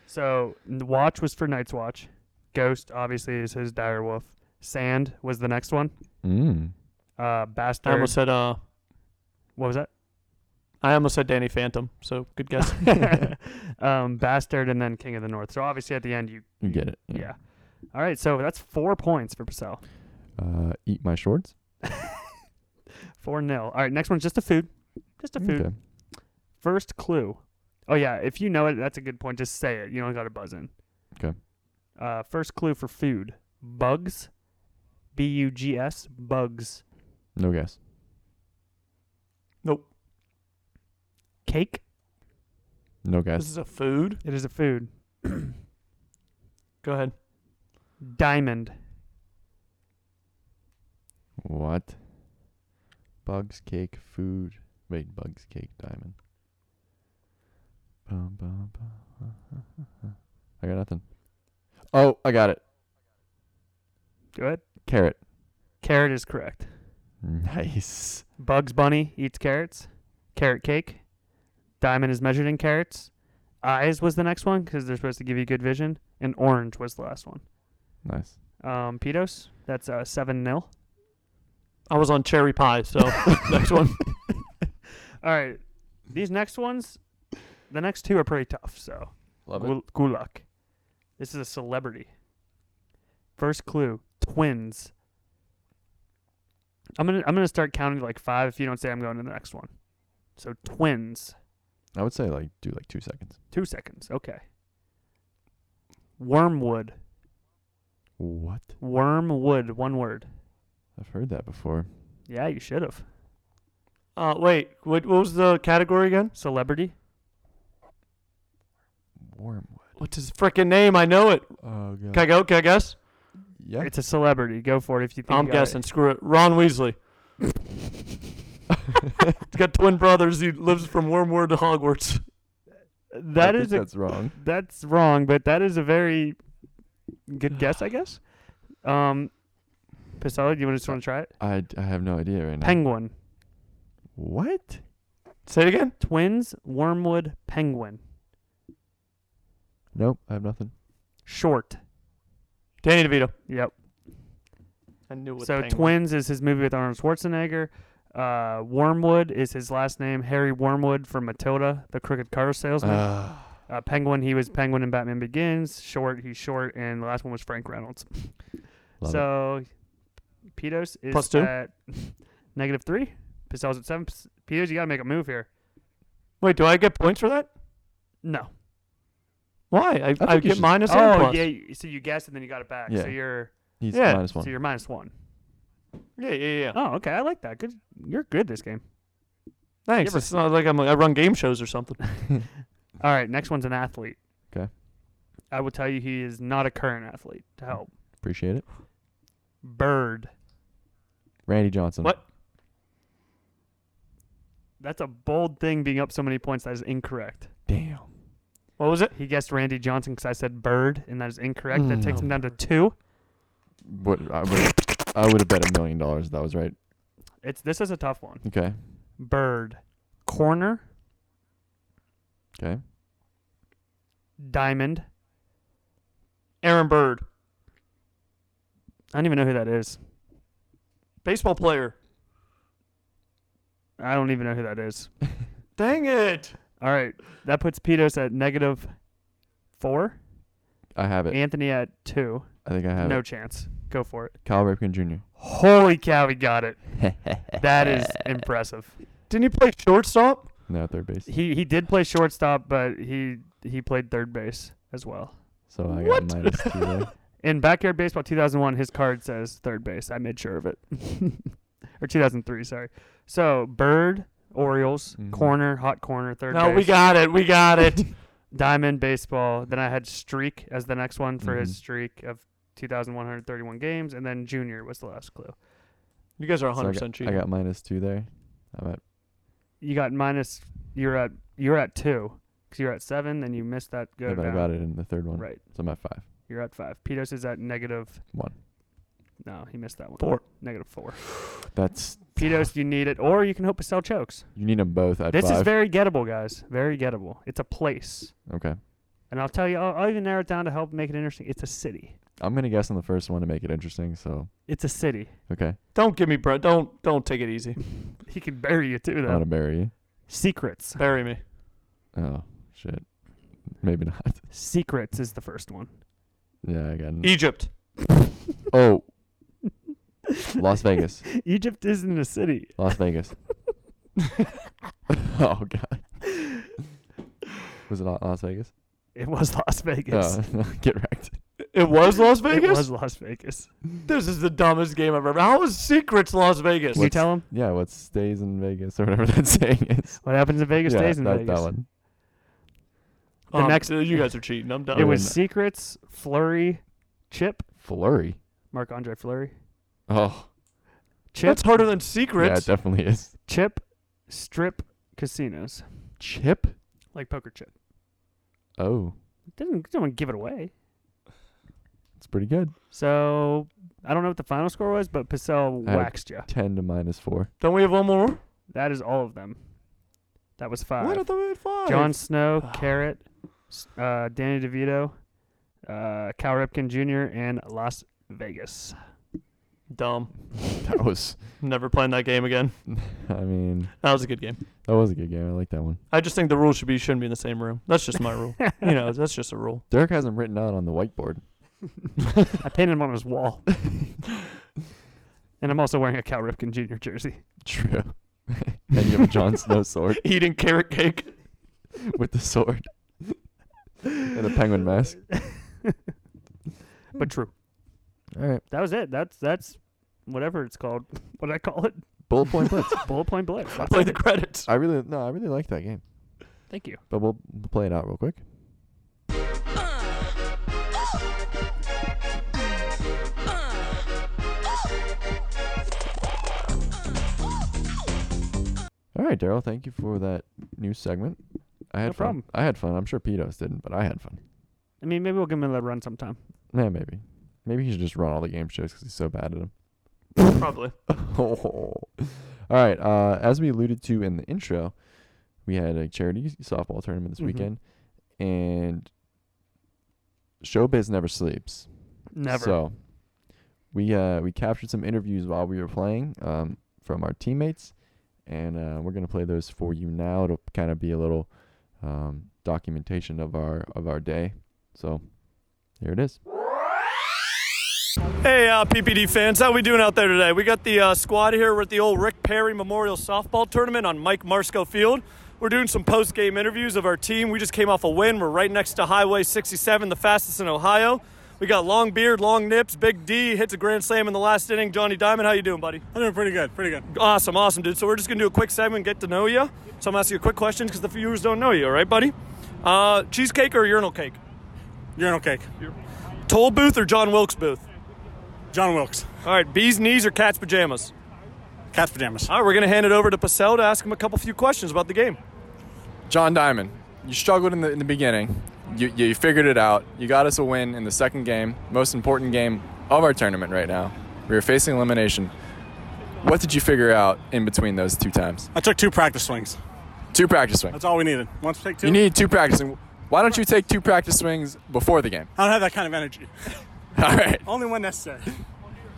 [SPEAKER 3] So n- Watch was for Night's Watch. Ghost obviously is his dire wolf. Sand was the next one.
[SPEAKER 1] Mm.
[SPEAKER 3] Uh, Bastard.
[SPEAKER 2] I almost said uh,
[SPEAKER 3] what was that?
[SPEAKER 2] I almost said Danny Phantom. So good guess.
[SPEAKER 3] um, Bastard and then King of the North. So obviously at the end you
[SPEAKER 1] You get it.
[SPEAKER 3] yeah. All right, so that's four points for Purcell.
[SPEAKER 1] Uh, eat my shorts.
[SPEAKER 3] Four nil. All right, next one's just a food. Just a food.
[SPEAKER 1] Okay.
[SPEAKER 3] First clue. Oh yeah, if you know it, that's a good point. Just say it. You don't got to buzz in.
[SPEAKER 1] 'Kay.
[SPEAKER 3] Uh, first clue for food: bugs. B U G S. Bugs.
[SPEAKER 1] No guess.
[SPEAKER 2] nope.
[SPEAKER 3] Cake.
[SPEAKER 1] No
[SPEAKER 2] This
[SPEAKER 1] guess.
[SPEAKER 2] is a food.
[SPEAKER 3] It is a food.
[SPEAKER 2] Go ahead.
[SPEAKER 3] Diamond.
[SPEAKER 1] What? Bugs cake food. Wait, bugs cake diamond. Bum, bum, bum. I got nothing. Oh, I got it.
[SPEAKER 3] Go ahead.
[SPEAKER 1] Carrot.
[SPEAKER 3] Carrot is correct.
[SPEAKER 1] Nice.
[SPEAKER 3] Bugs Bunny eats carrots. Carrot cake. Diamond is measured in carrots. Eyes was the next one because they're supposed to give you good vision. And orange was the last one.
[SPEAKER 1] Nice.
[SPEAKER 3] Um, Pedos. That's uh, seven nil.
[SPEAKER 2] I was on cherry pie. So next one.
[SPEAKER 3] All right. These next ones, the next two are pretty tough. So
[SPEAKER 1] Love
[SPEAKER 3] good, good luck. This is a celebrity. First clue: twins. I'm gonna I'm gonna start counting to like five. If you don't say, I'm going to the next one. So twins.
[SPEAKER 1] I would say like do like two seconds.
[SPEAKER 3] Two seconds. Okay. Wormwood.
[SPEAKER 1] What?
[SPEAKER 3] Wormwood. One word.
[SPEAKER 1] I've heard that before.
[SPEAKER 3] Yeah, you should have.
[SPEAKER 2] Uh, wait. What, what was the category again?
[SPEAKER 3] Celebrity.
[SPEAKER 1] Wormwood.
[SPEAKER 2] What's his frickin' name? I know it.
[SPEAKER 1] Oh god.
[SPEAKER 2] Can I go? Can I guess?
[SPEAKER 1] yeah.
[SPEAKER 3] It's a celebrity. Go for it if you think.
[SPEAKER 2] I'm
[SPEAKER 3] you got it.
[SPEAKER 2] guessing. Screw it. Ron Weasley. He's got twin brothers. He lives from Wormwood to Hogwarts.
[SPEAKER 3] That
[SPEAKER 1] I
[SPEAKER 3] is
[SPEAKER 1] think
[SPEAKER 3] a
[SPEAKER 1] that's wrong.
[SPEAKER 3] That's wrong, but that is a very good guess, I guess. Um, Pistola, do you just want to try it?
[SPEAKER 1] I, d- I have no idea right now.
[SPEAKER 3] Penguin,
[SPEAKER 1] What?
[SPEAKER 2] Say it again.
[SPEAKER 3] twins, wormwood, penguin,
[SPEAKER 1] Nope, I have nothing.
[SPEAKER 3] short.
[SPEAKER 2] Danny DeVito.
[SPEAKER 3] Yep.
[SPEAKER 2] I knew it.
[SPEAKER 3] So twins is his movie with Arnold Schwarzenegger. Uh, wormwood is his last name, Harry Wormwood from Matilda, the crooked car salesman. Uh,
[SPEAKER 1] Ah.
[SPEAKER 3] penguin, he was Penguin in Batman Begins. Short, he's short, and the last one was Frank Reynolds.
[SPEAKER 1] Love it.
[SPEAKER 3] so, Pedos is
[SPEAKER 2] Plus two.
[SPEAKER 3] at negative three. Pistola's at seven. Pis- Pedos, you gotta make a move here.
[SPEAKER 2] Wait, do I get points for that?
[SPEAKER 3] No.
[SPEAKER 2] Why?
[SPEAKER 1] think
[SPEAKER 2] I, I
[SPEAKER 1] you
[SPEAKER 2] get
[SPEAKER 1] should-
[SPEAKER 2] minus and
[SPEAKER 3] Oh
[SPEAKER 2] plus.
[SPEAKER 3] yeah. you- So you guessed and then you got it back.
[SPEAKER 1] Yeah.
[SPEAKER 3] So you're
[SPEAKER 1] He's
[SPEAKER 2] yeah,
[SPEAKER 1] minus one.
[SPEAKER 3] so you're minus one.
[SPEAKER 2] yeah, yeah, yeah.
[SPEAKER 3] Oh, okay. I like that. Good. You're good this game.
[SPEAKER 2] Thanks.
[SPEAKER 3] ever-
[SPEAKER 2] It's not like I'm. Like, I run game shows or something.
[SPEAKER 3] All right. Next one's an athlete.
[SPEAKER 1] 'Kay.
[SPEAKER 3] I will tell you he is not a current athlete to help.
[SPEAKER 1] Appreciate it.
[SPEAKER 3] Bird.
[SPEAKER 1] Randy Johnson.
[SPEAKER 2] What?
[SPEAKER 3] That's a bold thing being up so many points. That is incorrect.
[SPEAKER 1] Damn.
[SPEAKER 2] What was it?
[SPEAKER 3] He guessed Randy Johnson because I said bird, and that is incorrect. That
[SPEAKER 1] Mm.
[SPEAKER 3] takes him down to two.
[SPEAKER 1] What? I would. I would have bet a million dollars if that was right.
[SPEAKER 3] It's this is a tough one.
[SPEAKER 1] Okay.
[SPEAKER 3] Bird, corner,
[SPEAKER 1] Okay.
[SPEAKER 3] diamond.
[SPEAKER 2] Aaron Bird,
[SPEAKER 3] I don't even know who that is.
[SPEAKER 2] baseball player.
[SPEAKER 3] I don't even know who that is.
[SPEAKER 2] Dang it!
[SPEAKER 3] All right. That puts Petos at negative four.
[SPEAKER 1] I have it.
[SPEAKER 3] Anthony at two.
[SPEAKER 1] I think I have
[SPEAKER 3] No
[SPEAKER 1] it.
[SPEAKER 3] chance. Go for it.
[SPEAKER 1] Kyle Ripken Jr.
[SPEAKER 3] Holy cow, he got it. That is impressive.
[SPEAKER 2] Didn't he play shortstop?
[SPEAKER 1] No, third base.
[SPEAKER 3] He he did play shortstop, but he he played third base as well.
[SPEAKER 1] So Oh, I
[SPEAKER 2] What?
[SPEAKER 1] got minus two there.
[SPEAKER 3] In Backyard Baseball 2001, his card says third base. I made sure of it. or 2003, sorry. So Bird, Orioles,
[SPEAKER 1] Mhm.
[SPEAKER 3] corner, hot corner, third
[SPEAKER 2] No,
[SPEAKER 3] base.
[SPEAKER 2] we got it. We got it.
[SPEAKER 3] Diamond Baseball. Then I had Streak as the next one for his
[SPEAKER 1] Mhm.
[SPEAKER 3] streak of 2,131 games. And then Junior was the last clue.
[SPEAKER 2] You guys are
[SPEAKER 1] So I
[SPEAKER 2] 100%
[SPEAKER 1] got-
[SPEAKER 2] cheating.
[SPEAKER 1] I got minus two there. I'm at
[SPEAKER 3] You got minus, you're at, you're at two because you're at seven, then you missed that go
[SPEAKER 1] yeah, but I
[SPEAKER 3] down.
[SPEAKER 1] got it in the third one.
[SPEAKER 3] Right.
[SPEAKER 1] So I'm at five.
[SPEAKER 3] You're at five. Petos is at negative.
[SPEAKER 1] One.
[SPEAKER 3] No, he missed that one.
[SPEAKER 2] Four.
[SPEAKER 3] Negative four.
[SPEAKER 1] That's
[SPEAKER 3] Pedos, you need it, or you can hope Pacell chokes.
[SPEAKER 1] you need them both at
[SPEAKER 3] This
[SPEAKER 1] five.
[SPEAKER 3] is very gettable, guys. Very gettable. It's a place,
[SPEAKER 1] okay.
[SPEAKER 3] and I'll tell you. I'll, I'll even narrow it down to help make it interesting. It's a city.
[SPEAKER 1] I'm gonna guess on the first one to make it interesting. So
[SPEAKER 3] It's a city.
[SPEAKER 1] okay,
[SPEAKER 2] Don't give me bread. Don't don't take it easy.
[SPEAKER 3] He can bury you too,
[SPEAKER 1] I'm gonna
[SPEAKER 3] though.
[SPEAKER 1] bury you.
[SPEAKER 3] Secrets.
[SPEAKER 2] Bury me.
[SPEAKER 1] Oh shit. Maybe not.
[SPEAKER 3] Secrets is the first one.
[SPEAKER 1] Yeah, I got. N-
[SPEAKER 3] E
[SPEAKER 2] Egypt.
[SPEAKER 1] oh, Las Vegas.
[SPEAKER 3] Egypt isn't a city.
[SPEAKER 1] Las Vegas. oh god. Was it not Las Vegas?
[SPEAKER 3] It was Las Vegas.
[SPEAKER 1] Oh, get wrecked.
[SPEAKER 2] It was Las Vegas.
[SPEAKER 3] It was Las Vegas.
[SPEAKER 2] This is the dumbest game I've ever. How is Secrets Las Vegas?
[SPEAKER 3] Can you tell him
[SPEAKER 1] Yeah, what stays in Vegas or whatever that saying is.
[SPEAKER 3] what happens in Vegas
[SPEAKER 1] yeah,
[SPEAKER 3] stays in
[SPEAKER 1] that,
[SPEAKER 3] Vegas?
[SPEAKER 1] that one.
[SPEAKER 3] the
[SPEAKER 2] Um,
[SPEAKER 3] next-
[SPEAKER 2] you guys are cheating. I'm done.
[SPEAKER 3] It
[SPEAKER 1] Oh,
[SPEAKER 3] was
[SPEAKER 1] and-
[SPEAKER 3] secrets. Flurry, Chip,
[SPEAKER 1] Flurry.
[SPEAKER 3] Mark Andre Flurry,
[SPEAKER 1] Oh,
[SPEAKER 3] Chip,
[SPEAKER 2] That's harder than
[SPEAKER 1] yeah, it
[SPEAKER 2] Secrets.
[SPEAKER 1] definitely is.
[SPEAKER 3] Chip, Strip casinos
[SPEAKER 1] Chip.
[SPEAKER 3] like poker chip.
[SPEAKER 1] Oh,
[SPEAKER 3] Doesn't no one give it away.
[SPEAKER 1] it's pretty good.
[SPEAKER 3] So I don't know what the final score was, but Pacell
[SPEAKER 1] I had-
[SPEAKER 3] waxed you.
[SPEAKER 1] Ten to minus four.
[SPEAKER 2] Don't we have one more?
[SPEAKER 3] That is all of them. That was
[SPEAKER 2] What? I
[SPEAKER 3] five.
[SPEAKER 2] thought we had five.
[SPEAKER 3] John Snow,
[SPEAKER 2] Ah.
[SPEAKER 3] Carrot, S- uh, Danny DeVito, uh, Cal Ripken Jr., and Las Vegas.
[SPEAKER 2] Dumb.
[SPEAKER 1] That was.
[SPEAKER 2] Never playing that game again.
[SPEAKER 1] I mean,
[SPEAKER 2] That was a good game.
[SPEAKER 1] that was a good game. I like that one.
[SPEAKER 2] I just think the rule should be you shouldn't be in the same room. That's just my rule. you know, that's just a rule.
[SPEAKER 1] Derek has them written out on the whiteboard.
[SPEAKER 3] I painted him on his wall. and I'm also wearing a Cal Ripken Jr. jersey.
[SPEAKER 1] True. and you have a Jon Snow sword
[SPEAKER 2] Eating carrot cake.
[SPEAKER 1] with the sword and a penguin mask.
[SPEAKER 3] But true.
[SPEAKER 1] All right,
[SPEAKER 3] That was it. That's that's whatever it's called. What did I call it?
[SPEAKER 1] bullet point blitz.
[SPEAKER 3] Bullet point blitz. That's
[SPEAKER 2] Play
[SPEAKER 3] it.
[SPEAKER 2] the credits.
[SPEAKER 1] I really no, I really like that game.
[SPEAKER 3] Thank you.
[SPEAKER 1] But we'll we'll play it out real quick. All right, Daryl, thank you for that new segment. I had
[SPEAKER 3] No
[SPEAKER 1] fun.
[SPEAKER 3] problem.
[SPEAKER 1] I had fun. I'm sure Pedos didn't, but I had fun.
[SPEAKER 3] I mean, maybe we'll give him a run sometime.
[SPEAKER 1] Yeah, maybe. Maybe he should just run all the game shows because he's so bad at them.
[SPEAKER 2] Probably.
[SPEAKER 1] All right. Uh, as we alluded to in the intro, we had a charity softball tournament this
[SPEAKER 3] Mhm.
[SPEAKER 1] weekend, and showbiz never sleeps.
[SPEAKER 3] Never.
[SPEAKER 1] So we uh, we captured some interviews while we were playing um, from our teammates, and uh, we're gonna play those for you now. It'll kind of be a little um, documentation of our of our day. So here it is.
[SPEAKER 2] Hey, uh, PPD fans, how we doing out there today? We got the uh, squad here. We're at the old Rick Perry Memorial Softball Tournament on Mike Marsco Field. We're doing some post-game interviews of our team. We just came off a win. We're right next to Highway 67, the fastest in Ohio. We got long beard, long nips. Big D hits a grand slam in the last inning. Johnny Diamond, how you doing, buddy?
[SPEAKER 4] I'm doing pretty good, pretty good.
[SPEAKER 2] Awesome, awesome, dude. So we're just gonna do a quick segment, get to know you. So I'm gonna ask you quick questions because the viewers don't know you. All right, buddy? Uh, cheesecake or urinal cake?
[SPEAKER 4] Urinal cake.
[SPEAKER 2] Toll booth or John Wilkes booth?
[SPEAKER 4] John Wilkes.
[SPEAKER 2] All right, bees knees or cat's pajamas?
[SPEAKER 4] Cat's pajamas.
[SPEAKER 2] All right, we're going to hand it over to Pacell to ask him a couple few questions about the game.
[SPEAKER 5] John Diamond, you struggled in the, in the beginning. You, you figured it out. You got us a win in the second game, most important game of our tournament right now. We were facing elimination. What did you figure out in between those two times?
[SPEAKER 4] I took two practice swings.
[SPEAKER 5] Two practice swings.
[SPEAKER 4] That's all we needed. Once take two.
[SPEAKER 5] You need two practice swings. Why don't you take two practice swings before the game?
[SPEAKER 4] I don't have that kind of energy.
[SPEAKER 5] All right,
[SPEAKER 4] Only when necessary.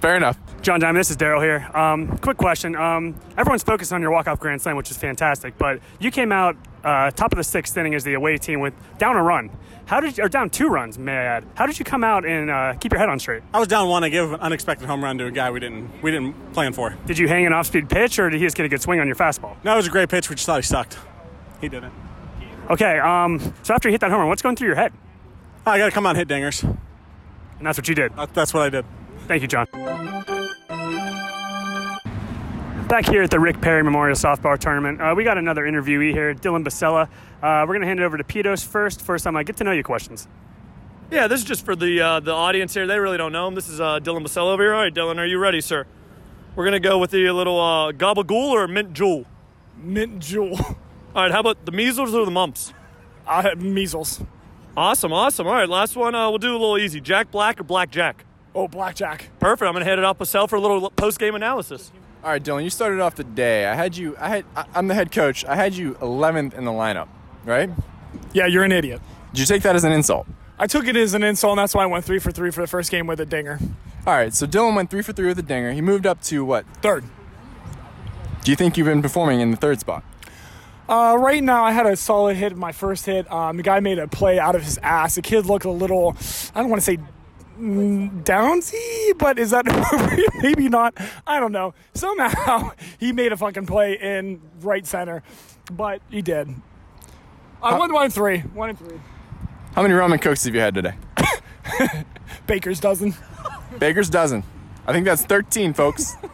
[SPEAKER 5] fair enough.
[SPEAKER 6] John Diamond, this is Daryl here. Um, quick question. Um, everyone's focused on your walk-off grand slam, which is fantastic, but you came out
[SPEAKER 3] uh, top of the sixth inning as the away team went down a run. How did you, or down two runs, may I add? How did you come out and uh, keep your head on straight?
[SPEAKER 6] I was down one. I gave an unexpected home run to a guy we didn't we didn't plan for.
[SPEAKER 3] Did you hang an off-speed pitch, or did he just get a good swing on your fastball?
[SPEAKER 6] No, it was a great pitch. We just thought he sucked. He didn't.
[SPEAKER 3] Okay, um, so after you hit that home run, what's going through your head?
[SPEAKER 6] I got to come on, hit dingers.
[SPEAKER 3] And that's what you did.
[SPEAKER 6] That, that's what I did.
[SPEAKER 3] Thank you, John. Back here at the Rick Perry Memorial Softball Tournament, uh, we got another interviewee here, Dylan Basella. Uh, we're going to hand it over to Pedos first for some uh, get to know you questions.
[SPEAKER 2] Yeah, this is just for the uh, the audience here. They really don't know him. This is uh, Dylan Bassell over here. All right, Dylan, are you ready, sir? We're gonna go with the little uh, gabagool or mint jewel.
[SPEAKER 7] Mint Jewel.
[SPEAKER 2] All right, how about the measles or the mumps?
[SPEAKER 7] I have measles.
[SPEAKER 2] Awesome, awesome. All right, last one. Uh, we'll do a little easy. Jack Black or Black Jack?
[SPEAKER 7] Oh, blackjack.
[SPEAKER 2] Perfect. I'm gonna hand it off myself for a little post game analysis.
[SPEAKER 1] All right, Dylan, you started off the day. I had you. I had. I, I'm the head coach. I had you 11th in the lineup, right?
[SPEAKER 7] Yeah, you're an idiot.
[SPEAKER 1] Did you take that as an insult?
[SPEAKER 7] I took it as an insult, and that's why I went three for three for the first game with a dinger.
[SPEAKER 1] All right, so Dylan went three for three with a dinger. He moved up to what?
[SPEAKER 7] Third.
[SPEAKER 1] Do you think you've been performing in the third spot?
[SPEAKER 7] Uh, right now, I had a solid hit. My first hit, um, the guy made a play out of his ass. The kid looked a little, I don't want to say mm, downsy, but is that appropriate? maybe not? I don't know. Somehow, he made a fucking play in right center, but he did. I won one and three. One and three.
[SPEAKER 1] How many ramen cooks have you had today?
[SPEAKER 7] Baker's dozen.
[SPEAKER 1] Baker's dozen. I think that's 13, folks.
[SPEAKER 3] All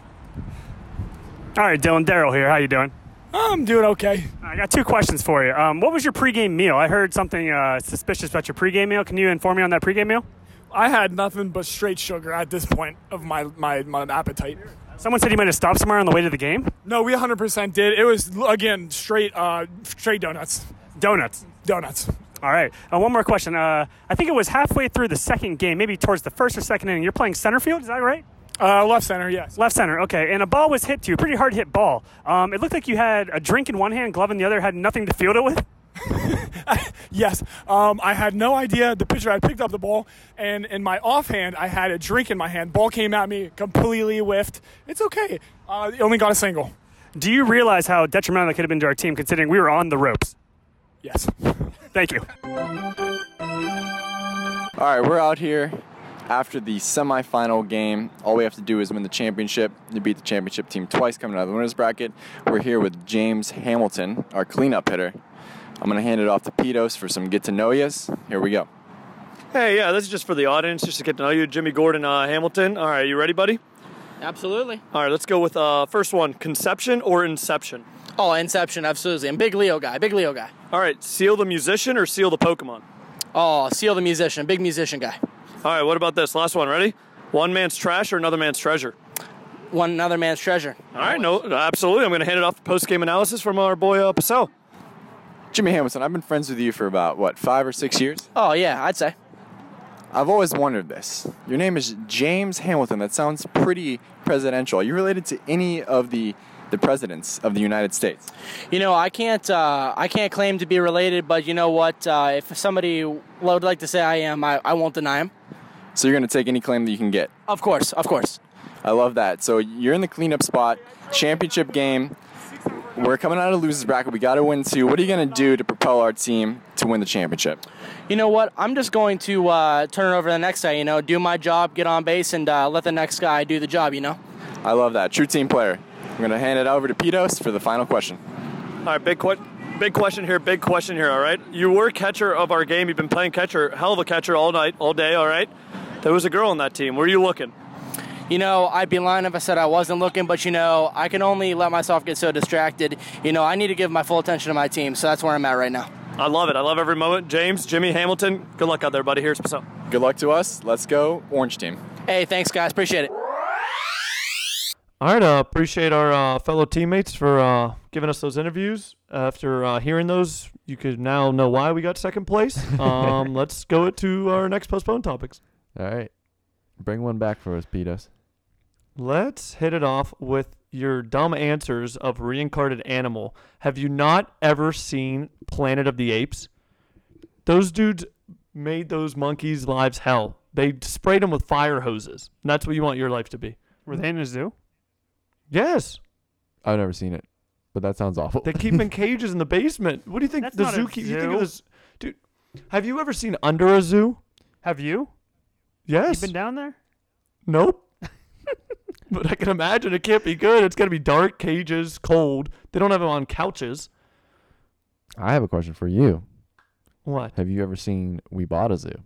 [SPEAKER 3] right, Dylan, Daryl here. How you doing?
[SPEAKER 7] I'm doing okay.
[SPEAKER 3] I got two questions for you. Um, what was your pregame meal? I heard something uh, suspicious about your pregame meal. Can you inform me on that pregame meal?
[SPEAKER 7] I had nothing but straight sugar at this point of my, my, my appetite.
[SPEAKER 3] Someone said you might have stopped somewhere on the way to the game.
[SPEAKER 7] No, we 100% did. It was again straight uh straight donuts.
[SPEAKER 3] Donuts.
[SPEAKER 7] Donuts.
[SPEAKER 3] All right. Uh, one more question. Uh, I think it was halfway through the second game, maybe towards the first or second inning. You're playing center field, is that right?
[SPEAKER 7] Uh left center, yes.
[SPEAKER 3] Left center, okay. And a ball was hit to you, pretty hard hit ball. Um, it looked like you had a drink in one hand, glove in the other, had nothing to field it with.
[SPEAKER 7] Yes. Um I had no idea the pitcher I picked up the ball and in my offhand I had a drink in my hand. Ball came at me, completely whiffed. It's okay. Uh it only got a single.
[SPEAKER 3] Do you realize how detrimental that could have been to our team considering we were on the ropes?
[SPEAKER 7] Yes.
[SPEAKER 3] Thank you.
[SPEAKER 1] All right, we're out here after the semifinal game. All we have to do is win the championship. You beat the championship team twice coming out of the winners bracket. We're here with James Hamilton, our cleanup hitter. I'm going to hand it off to Pedos for some get to know yous. Here we go.
[SPEAKER 2] Hey, yeah, this is just for the audience, just to get to know you, Jimmy Gordon uh, Hamilton. All right, you ready, buddy?
[SPEAKER 8] Absolutely.
[SPEAKER 2] All right, let's go with uh, first one: Conception or Inception.
[SPEAKER 8] Oh, Inception, absolutely. I'm big Leo guy, big Leo guy.
[SPEAKER 2] All right, Seal the musician or Seal the Pokemon.
[SPEAKER 8] Oh, Seal the musician, big musician guy.
[SPEAKER 2] All right, what about this last one? Ready? One man's trash or another man's treasure.
[SPEAKER 8] One another man's treasure.
[SPEAKER 2] All right, no, absolutely. I'm going to hand it off to post game analysis from our boy uh, Pacell.
[SPEAKER 1] Jimmy Hamilton, I've been friends with you for about, what, five or six years?
[SPEAKER 8] Oh, yeah, I'd say.
[SPEAKER 1] I've always wondered this. Your name is James Hamilton. That sounds pretty presidential. Are you related to any of the, the presidents of the United States?
[SPEAKER 8] You know, I can't, uh, I can't claim to be related, but you know what? Uh, if somebody would like to say I am, I, I won't deny him.
[SPEAKER 1] So you're going to take any claim that you can get.
[SPEAKER 8] Of course, of course.
[SPEAKER 1] I love that. So you're in the cleanup spot, championship game. We're coming out of losers bracket. We got to win two. What are you going to do to propel our team to win the championship?
[SPEAKER 8] You know what? I'm just going to uh, turn it over to the next guy. You know, do my job, get on base, and uh, let the next guy do the job. You know.
[SPEAKER 1] I love that. True team player. I'm going to hand it over to Pedos for the final question.
[SPEAKER 2] All right, big que- big question here, big question here. All right, you were catcher of our game. You've been playing catcher, hell of a catcher all night, all day. All right, there was a girl on that team. Where are you looking?
[SPEAKER 8] You know, I'd be lying if I said I wasn't looking, but you know, I can only let myself get so distracted. You know, I need to give my full attention to my team, so that's where I'm at right now.
[SPEAKER 2] I love it. I love every moment. James, Jimmy Hamilton. Good luck out there, buddy. Here's Pacell.
[SPEAKER 1] Good luck to us. Let's go, Orange Team.
[SPEAKER 8] Hey, thanks, guys. Appreciate it.
[SPEAKER 2] All right, uh, appreciate our uh, fellow teammates for uh, giving us those interviews. After uh, hearing those, you could now know why we got second place. Um, let's go to our next postponed topics.
[SPEAKER 9] All right. Bring one back for us, Petos.
[SPEAKER 2] Let's hit it off with your dumb answers of reincarnated animal. Have you not ever seen Planet of the Apes? Those dudes made those monkeys' lives hell. They sprayed them with fire hoses. And that's what you want your life to be.
[SPEAKER 10] Were they in a zoo?
[SPEAKER 2] Yes.
[SPEAKER 9] I've never seen it.
[SPEAKER 1] but that sounds awful.
[SPEAKER 2] They keep in cages in the basement. What do you think
[SPEAKER 11] That's
[SPEAKER 2] the
[SPEAKER 11] not a
[SPEAKER 2] zoo keep? You think
[SPEAKER 11] zoo.
[SPEAKER 2] of this, dude? Have you ever seen under a zoo?
[SPEAKER 11] Have you?
[SPEAKER 2] Yes.
[SPEAKER 11] You been down there?
[SPEAKER 2] Nope. but I can imagine it can't be good. It's gonna be dark cages, cold. They don't have them on couches.
[SPEAKER 1] I have a question for you.
[SPEAKER 2] What?
[SPEAKER 1] Have you ever seen We Bought a Zoo?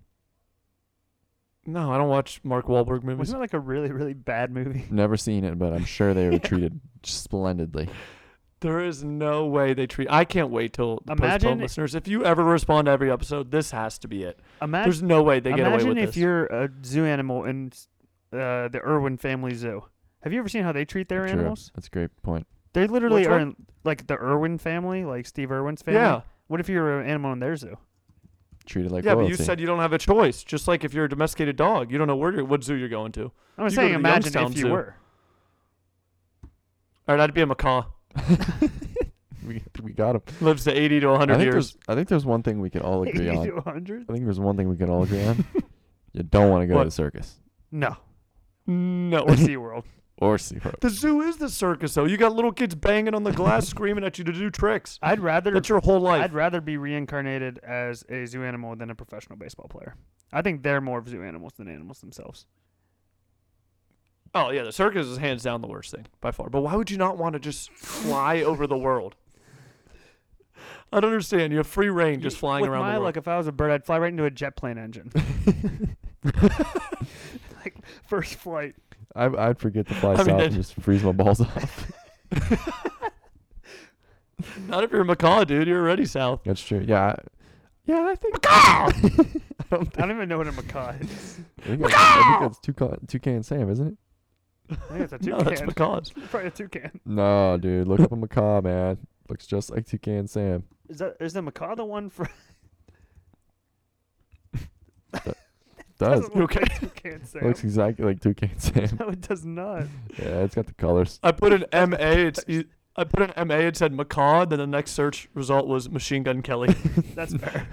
[SPEAKER 2] No, I don't watch Mark Wahlberg movies.
[SPEAKER 11] Wasn't it like a really, really bad movie?
[SPEAKER 1] Never seen it, but I'm sure they were treated splendidly.
[SPEAKER 2] There is no way they treat. I can't wait till the
[SPEAKER 11] Imagine-
[SPEAKER 2] postpone listeners. If you ever respond to every episode, this has to be it.
[SPEAKER 11] Imagine,
[SPEAKER 2] There's no way they get away
[SPEAKER 11] imagine
[SPEAKER 2] with
[SPEAKER 11] if
[SPEAKER 2] this.
[SPEAKER 11] you're a zoo animal in uh, the Irwin family zoo. Have you ever seen how they treat their
[SPEAKER 1] True.
[SPEAKER 11] animals?
[SPEAKER 1] That's a great point.
[SPEAKER 11] They literally
[SPEAKER 2] Which
[SPEAKER 11] are
[SPEAKER 2] one?
[SPEAKER 11] in, like the Irwin family, like Steve Irwin's family.
[SPEAKER 2] Yeah.
[SPEAKER 11] What if you're an animal in their zoo?
[SPEAKER 1] Treated like
[SPEAKER 2] yeah,
[SPEAKER 1] royalty.
[SPEAKER 2] but you said you don't have a choice. Just like if you're a domesticated dog, you don't know where you're, what zoo you're going to.
[SPEAKER 11] I'm just
[SPEAKER 2] You go
[SPEAKER 11] saying,
[SPEAKER 2] to the
[SPEAKER 11] imagine
[SPEAKER 2] Youngstown
[SPEAKER 11] if you
[SPEAKER 2] Zoo.
[SPEAKER 11] were.
[SPEAKER 2] All right, I'd be a macaw.
[SPEAKER 1] we, we got him.
[SPEAKER 2] Lives to 80 to
[SPEAKER 1] I
[SPEAKER 2] 100
[SPEAKER 1] think,
[SPEAKER 2] years.
[SPEAKER 1] there's, I think there's one thing we could all agree
[SPEAKER 11] 80
[SPEAKER 2] uh,
[SPEAKER 1] on.
[SPEAKER 11] to 100?
[SPEAKER 1] I think there's one thing we could all agree on. You don't want to go
[SPEAKER 2] What?
[SPEAKER 1] to the circus
[SPEAKER 11] No.
[SPEAKER 2] No.
[SPEAKER 11] Or SeaWorld.
[SPEAKER 1] or SeaWorld.
[SPEAKER 2] The zoo is the circus, though. You got little kids banging on the glass, screaming at you to do tricks.
[SPEAKER 11] I'd rather
[SPEAKER 2] That's your whole life.
[SPEAKER 11] I'd rather be reincarnated as a zoo animal than a professional baseball player. I think they're more of zoo animals than animals themselves.
[SPEAKER 2] oh yeah, the circus is hands down the worst thing by far. But why would you not want to just fly over the world? I don't understand. You have free reign, just flying
[SPEAKER 11] With
[SPEAKER 2] around the
[SPEAKER 11] my
[SPEAKER 2] world.
[SPEAKER 11] luck, if I was a bird, I'd fly right into a jet plane engine. like first flight.
[SPEAKER 1] I, I'd forget to fly
[SPEAKER 2] mean,
[SPEAKER 1] south
[SPEAKER 2] that-
[SPEAKER 1] and just freeze my balls off.
[SPEAKER 2] Not if you're a macaw, dude. You're already south.
[SPEAKER 1] That's true. Yeah. I- Yeah, I think.
[SPEAKER 11] I don't even know what a macaw is.
[SPEAKER 1] I think, that's, I think that's Toucan, Toucan Sam, isn't it?
[SPEAKER 11] I think it's a
[SPEAKER 2] No, that's
[SPEAKER 11] toucan.
[SPEAKER 2] macaws.
[SPEAKER 11] Probably a toucan.
[SPEAKER 1] No, dude. Look up a macaw, man. Looks just like Toucan Sam.
[SPEAKER 11] Is that is the macaw the one for
[SPEAKER 1] Does.
[SPEAKER 11] look okay. like toucan Sam?
[SPEAKER 1] Looks exactly like Toucan Sam.
[SPEAKER 11] No, it does not.
[SPEAKER 1] Yeah, it's got the colors.
[SPEAKER 2] I put an MA. It's e- I put an MA. It said macaw. Then the next search result was Machine Gun Kelly.
[SPEAKER 11] That's fair.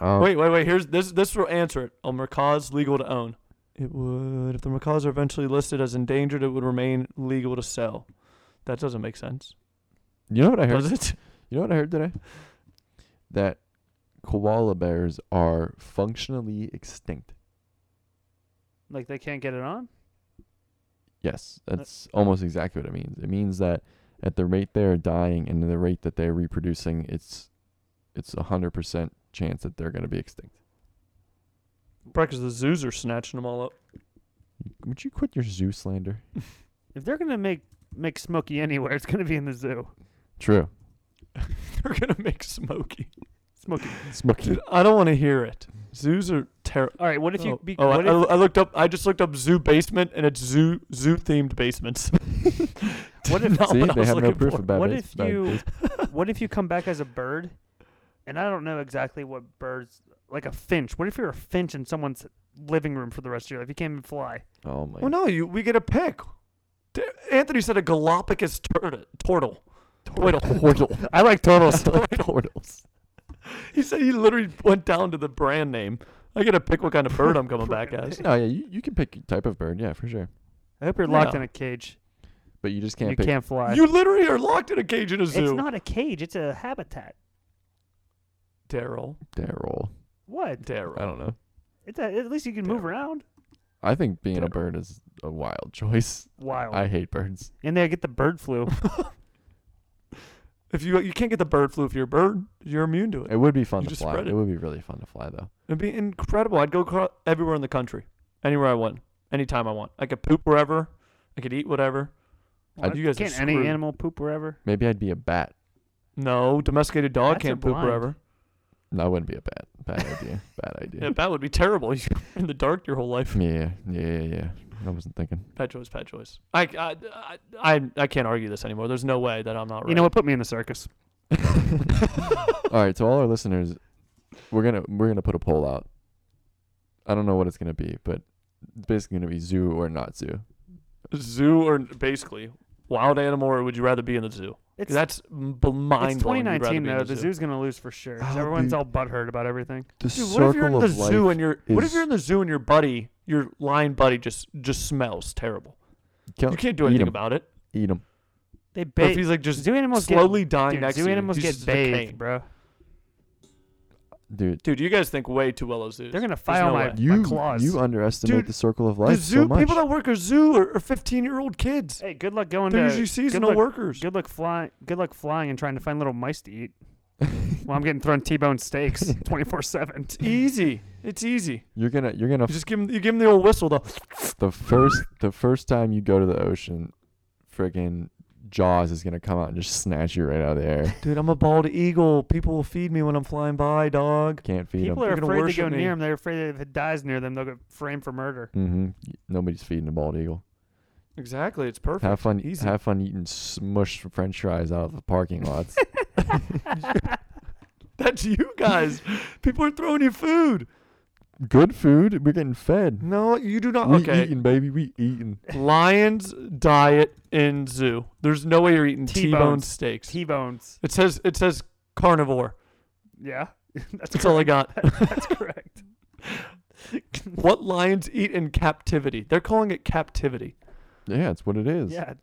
[SPEAKER 1] Um,
[SPEAKER 2] Wait, wait, wait. Here's this. This will answer it. On macaws legal to own. It would. If the macaws are eventually listed as endangered, it would remain legal to sell. That doesn't make sense,
[SPEAKER 1] You know what I heard?
[SPEAKER 2] does it?
[SPEAKER 1] You know what I heard today? That koala bears are functionally extinct.
[SPEAKER 11] Like they can't get it on.
[SPEAKER 1] Yes,
[SPEAKER 2] Uh,
[SPEAKER 1] that's almost exactly what it means. It means that at the rate they are dying and the rate that they're reproducing, it's it's a hundred percent chance that they're going to be extinct.
[SPEAKER 2] Because the zoos are snatching them all up.
[SPEAKER 1] Would you quit your zoo slander?
[SPEAKER 11] If they're gonna make make Smokey anywhere, it's gonna be in the zoo.
[SPEAKER 1] True.
[SPEAKER 2] They're gonna make Smokey.
[SPEAKER 11] Smokey.
[SPEAKER 1] Smokey.
[SPEAKER 2] Dude, I don't want to hear it. Zoos are terrible.
[SPEAKER 11] All right. What if you?
[SPEAKER 2] oh,
[SPEAKER 11] Be,
[SPEAKER 2] oh, I,
[SPEAKER 11] what if,
[SPEAKER 2] I looked up. I just looked up zoo basement, and it's zoo zoo themed basements.
[SPEAKER 11] What if-
[SPEAKER 2] Not
[SPEAKER 1] See,
[SPEAKER 2] what I
[SPEAKER 1] they
[SPEAKER 2] was
[SPEAKER 1] have no
[SPEAKER 2] looking
[SPEAKER 1] proof
[SPEAKER 2] for.
[SPEAKER 1] about
[SPEAKER 11] What
[SPEAKER 1] it.
[SPEAKER 11] if
[SPEAKER 1] about
[SPEAKER 11] you-
[SPEAKER 1] base-
[SPEAKER 11] what if you come back as a bird? And I don't know exactly what birds like a finch. What if you're a finch in someone's living room for the rest of your life? You can't even fly.
[SPEAKER 1] Oh my!
[SPEAKER 2] Well, no, you we get a pick. D- Anthony said a Galapagos turtle. Turtle. Turtle.
[SPEAKER 1] Turtle.
[SPEAKER 2] I like turtles.
[SPEAKER 1] Turtles.
[SPEAKER 2] he said he literally went down to the brand name. I gotta pick what kind of bird I'm coming back as.
[SPEAKER 1] No, yeah, you, you can pick your type of bird, yeah, for sure.
[SPEAKER 11] I hope you're locked
[SPEAKER 2] Yeah.
[SPEAKER 11] in a cage.
[SPEAKER 1] But you just
[SPEAKER 11] and
[SPEAKER 1] can't
[SPEAKER 11] you
[SPEAKER 1] pick.
[SPEAKER 11] can't fly.
[SPEAKER 2] You literally are locked in a cage in a
[SPEAKER 11] it's
[SPEAKER 2] zoo.
[SPEAKER 11] not a cage. It's a habitat.
[SPEAKER 2] Daryl.
[SPEAKER 1] Daryl.
[SPEAKER 11] What?
[SPEAKER 2] Daryl.
[SPEAKER 1] I don't know.
[SPEAKER 11] It's a, at least you can move
[SPEAKER 2] Terrible.
[SPEAKER 11] around.
[SPEAKER 1] I think being a bird is a wild choice.
[SPEAKER 2] Oh.
[SPEAKER 11] Wild.
[SPEAKER 1] I hate birds.
[SPEAKER 11] and they get the bird flu.
[SPEAKER 2] If you you can't get the bird flu if you're a bird, you're immune to it.
[SPEAKER 1] It would be fun
[SPEAKER 2] You
[SPEAKER 1] to
[SPEAKER 2] just
[SPEAKER 1] fly.
[SPEAKER 2] spread
[SPEAKER 1] It.
[SPEAKER 2] it.
[SPEAKER 1] would be really fun to fly though.
[SPEAKER 2] It'd be incredible. I'd go cro- everywhere in the country, anywhere I want, anytime I want. I could poop wherever. I could eat whatever.
[SPEAKER 1] I-
[SPEAKER 2] you guys are
[SPEAKER 11] Can't any
[SPEAKER 2] screwed.
[SPEAKER 11] animal poop wherever?
[SPEAKER 1] Maybe I'd be a bat.
[SPEAKER 2] No, domesticated dog
[SPEAKER 11] Bats are
[SPEAKER 2] can't poop
[SPEAKER 11] blind.
[SPEAKER 2] wherever.
[SPEAKER 1] No, that wouldn't be a bat. Bad idea. Bad idea.
[SPEAKER 2] Yeah, bat would be terrible. You're in the dark your whole life.
[SPEAKER 1] Yeah, yeah, yeah, yeah. I wasn't thinking.
[SPEAKER 2] Pet choice, pet choice. I, I, I, I, I can't argue this anymore. There's no way that I'm not right.
[SPEAKER 11] You know what? Put me in the circus.
[SPEAKER 1] all right, so all our listeners, we're gonna we're gonna put a poll out. I don't know what it's gonna be, but it's basically gonna be zoo or not zoo.
[SPEAKER 2] Zoo or basically wild animal, or would you rather be in the zoo? 'Cause
[SPEAKER 11] It's
[SPEAKER 2] That's m- b- mind
[SPEAKER 11] it's
[SPEAKER 2] blowing. You'd rather
[SPEAKER 11] 2019
[SPEAKER 2] be in
[SPEAKER 11] though. The zoo's gonna lose for sure. 'cause
[SPEAKER 1] Oh,
[SPEAKER 11] everyone's
[SPEAKER 1] dude.
[SPEAKER 11] all butthurt about everything.
[SPEAKER 1] The
[SPEAKER 2] Dude, what if you're in the zoo and your what if
[SPEAKER 1] is-
[SPEAKER 2] you're in the zoo and your buddy, your lion buddy, just just smells terrible.
[SPEAKER 1] kill,
[SPEAKER 2] You can't do
[SPEAKER 1] eat
[SPEAKER 2] anything
[SPEAKER 1] 'em.
[SPEAKER 2] about it.
[SPEAKER 1] eat him.
[SPEAKER 2] Or
[SPEAKER 11] They
[SPEAKER 2] if
[SPEAKER 11] bathe.
[SPEAKER 2] he's like just
[SPEAKER 11] zoo animals get-
[SPEAKER 2] slowly dying
[SPEAKER 11] dude,
[SPEAKER 2] next
[SPEAKER 11] zoo
[SPEAKER 2] to you,
[SPEAKER 11] animals
[SPEAKER 2] he's
[SPEAKER 11] get
[SPEAKER 2] just a cane.
[SPEAKER 11] bathed, bro.
[SPEAKER 1] Dude,
[SPEAKER 2] Dude, you guys think way too well of zoos.
[SPEAKER 11] They're gonna
[SPEAKER 2] There's
[SPEAKER 11] file
[SPEAKER 2] no
[SPEAKER 11] my-
[SPEAKER 2] way.
[SPEAKER 1] you
[SPEAKER 11] claws.
[SPEAKER 1] you underestimate
[SPEAKER 2] Dude,
[SPEAKER 1] the circle of
[SPEAKER 2] The
[SPEAKER 1] life
[SPEAKER 2] zoo
[SPEAKER 1] so much.
[SPEAKER 2] people that work at zoo are, are 15 year old kids.
[SPEAKER 11] Hey, good luck going
[SPEAKER 2] They're
[SPEAKER 11] to
[SPEAKER 2] usually seasonal
[SPEAKER 11] good luck,
[SPEAKER 2] workers.
[SPEAKER 11] Good luck flying. Good luck flying and trying to find little mice to eat. While I'm getting thrown T-bone steaks 24/7.
[SPEAKER 2] Easy. It's easy.
[SPEAKER 1] you're gonna you're gonna
[SPEAKER 2] You just give them, you give them the old whistle though.
[SPEAKER 1] the first the first time you go to the ocean, friggin' Jaws is gonna come out and just snatch you right out of the air.
[SPEAKER 2] Dude, I'm a bald eagle. People will feed me when I'm flying by, dog.
[SPEAKER 1] Can't feed him.
[SPEAKER 11] People are
[SPEAKER 2] They're gonna
[SPEAKER 11] afraid to
[SPEAKER 2] worship
[SPEAKER 11] go
[SPEAKER 2] me.
[SPEAKER 11] near him. They're afraid if it dies near them, they'll get framed for murder.
[SPEAKER 1] hmm Nobody's feeding a bald eagle.
[SPEAKER 2] Exactly. It's perfect.
[SPEAKER 1] Have fun.
[SPEAKER 2] Easy.
[SPEAKER 1] Have fun eating smushed French fries out of the parking lots.
[SPEAKER 2] That's you guys. People are throwing you food.
[SPEAKER 1] Good food. We're getting fed.
[SPEAKER 2] No, you do
[SPEAKER 11] Mm,
[SPEAKER 2] not.
[SPEAKER 1] We
[SPEAKER 2] okay.
[SPEAKER 1] eating, baby. We eating.
[SPEAKER 2] Lions diet in zoo. There's no way you're eating
[SPEAKER 11] T-bones.
[SPEAKER 2] T-bone steaks.
[SPEAKER 11] T-bones.
[SPEAKER 2] it says it says carnivore.
[SPEAKER 11] Yeah, that's
[SPEAKER 2] That's all I got.
[SPEAKER 11] that's correct.
[SPEAKER 2] what lions eat in captivity? They're calling it captivity.
[SPEAKER 1] Yeah, it's what it is.
[SPEAKER 11] Yeah,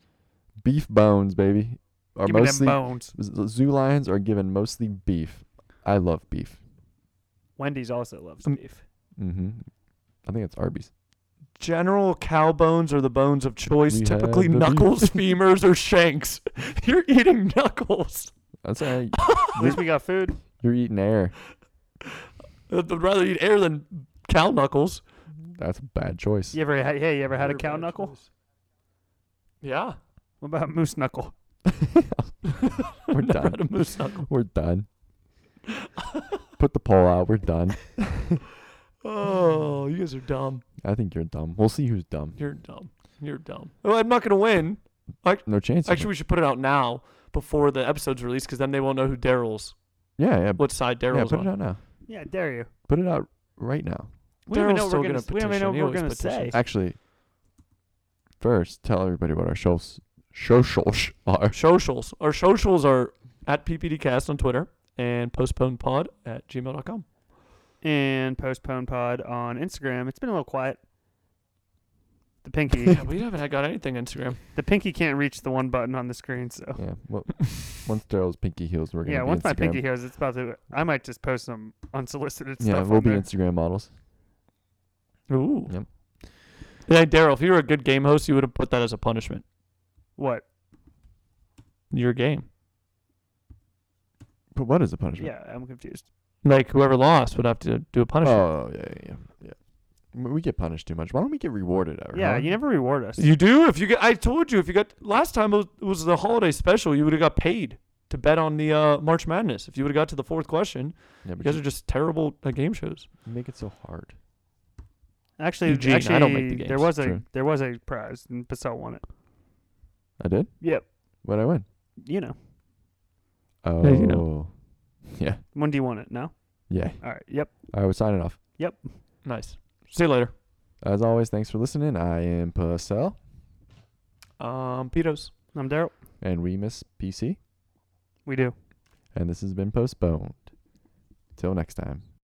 [SPEAKER 1] Beef bones, baby. Are
[SPEAKER 11] give me them
[SPEAKER 1] mostly
[SPEAKER 11] bones.
[SPEAKER 1] z- zoo lions are given mostly beef. I love beef.
[SPEAKER 11] Wendy's also loves
[SPEAKER 2] Um,
[SPEAKER 11] beef.
[SPEAKER 1] hmm I think it's Arby's.
[SPEAKER 2] General cow bones are the bones of choice,
[SPEAKER 1] We had
[SPEAKER 2] typically
[SPEAKER 1] the beef.
[SPEAKER 2] knuckles, femurs, or shanks. You're eating knuckles.
[SPEAKER 1] That's all right.
[SPEAKER 11] At least we got food.
[SPEAKER 1] You're eating air.
[SPEAKER 2] I'd rather eat air than cow knuckles.
[SPEAKER 1] That's a bad choice.
[SPEAKER 11] You ever had? Hey, you ever had a
[SPEAKER 2] Your
[SPEAKER 11] cow
[SPEAKER 2] bad
[SPEAKER 11] knuckle?
[SPEAKER 2] choice. Yeah.
[SPEAKER 11] What about moose knuckle?
[SPEAKER 1] We're
[SPEAKER 2] Never
[SPEAKER 1] done.
[SPEAKER 2] had a moose knuckle.
[SPEAKER 1] We're done. Put the poll out. We're done.
[SPEAKER 2] Oh, you guys are dumb.
[SPEAKER 1] I think you're dumb. We'll see who's dumb.
[SPEAKER 2] You're dumb. You're dumb. Well, I'm not gonna win.
[SPEAKER 1] No chance.
[SPEAKER 2] Actually, we should put it out now before the episode's released, because then they won't know who Daryl's,
[SPEAKER 1] yeah, yeah.
[SPEAKER 2] what side
[SPEAKER 1] yeah,
[SPEAKER 2] Daryl's
[SPEAKER 1] put it
[SPEAKER 2] on.
[SPEAKER 1] out now.
[SPEAKER 11] Yeah, I dare you.
[SPEAKER 1] Put it out right now.
[SPEAKER 11] We don't even
[SPEAKER 2] Daryl's
[SPEAKER 11] know what
[SPEAKER 2] still
[SPEAKER 11] we're gonna.
[SPEAKER 2] gonna
[SPEAKER 11] we don't even know
[SPEAKER 2] petition.
[SPEAKER 11] what
[SPEAKER 2] He
[SPEAKER 11] we're
[SPEAKER 2] always
[SPEAKER 11] gonna say.
[SPEAKER 2] petitions.
[SPEAKER 1] Actually, first tell everybody what our shows socials are.
[SPEAKER 2] Socials. Our socials are at PPDcast on Twitter and postponedpod at gmail.com.
[SPEAKER 11] And postpone pod on Instagram. It's been a little quiet. The pinky,
[SPEAKER 2] Yeah, we haven't got anything Instagram.
[SPEAKER 11] the pinky can't reach the one button on the screen. So
[SPEAKER 1] Yeah. Well, once Daryl's pinky heals, we're gonna
[SPEAKER 11] yeah,
[SPEAKER 1] be
[SPEAKER 11] once my
[SPEAKER 1] Instagram-
[SPEAKER 11] pinky heals, it's about to. I might just post some unsolicited
[SPEAKER 1] Yeah,
[SPEAKER 11] stuff.
[SPEAKER 1] we'll
[SPEAKER 11] on
[SPEAKER 1] be
[SPEAKER 11] there.
[SPEAKER 1] Instagram models.
[SPEAKER 2] Ooh.
[SPEAKER 1] Yep.
[SPEAKER 2] Yeah, Daryl, if you were a good game host, you would have put that as a punishment.
[SPEAKER 11] what?
[SPEAKER 2] Your game.
[SPEAKER 1] But what is the punishment?
[SPEAKER 11] Yeah, I'm confused.
[SPEAKER 2] Like whoever lost would have to do a punishment.
[SPEAKER 1] Oh yeah, yeah, yeah, yeah. M- We get punished too much. Why don't we get rewarded ever?
[SPEAKER 11] Yeah,
[SPEAKER 1] huh?
[SPEAKER 11] you never reward us.
[SPEAKER 2] You do if you get. I told you if you got last time it was, it was the holiday special, you would have got paid to bet on the uh, March Madness. If you would have got to the fourth question,
[SPEAKER 1] Yeah,
[SPEAKER 2] you
[SPEAKER 1] but
[SPEAKER 2] guys
[SPEAKER 1] you
[SPEAKER 2] are just terrible at game shows.
[SPEAKER 1] make it so hard.
[SPEAKER 11] Actually,
[SPEAKER 2] Eugene,
[SPEAKER 11] actually,
[SPEAKER 2] I don't make the
[SPEAKER 11] there
[SPEAKER 2] games.
[SPEAKER 11] was a
[SPEAKER 1] True.
[SPEAKER 11] there was a prize, and Pacell won it.
[SPEAKER 1] I did.
[SPEAKER 11] Yep.
[SPEAKER 1] What I win?
[SPEAKER 11] You know,
[SPEAKER 1] Oh.
[SPEAKER 2] Yeah, you know.
[SPEAKER 1] Yeah.
[SPEAKER 11] when do you want it? No.
[SPEAKER 1] Yeah.
[SPEAKER 11] All right. Yep.
[SPEAKER 1] All right, we're signing off.
[SPEAKER 2] Nice. See you later.
[SPEAKER 1] As always, thanks for listening. I am Purcell,
[SPEAKER 2] Um, Petos.
[SPEAKER 11] I'm Daryl.
[SPEAKER 1] and we miss PC,
[SPEAKER 11] We do.
[SPEAKER 1] and this has been postponed. Till next time.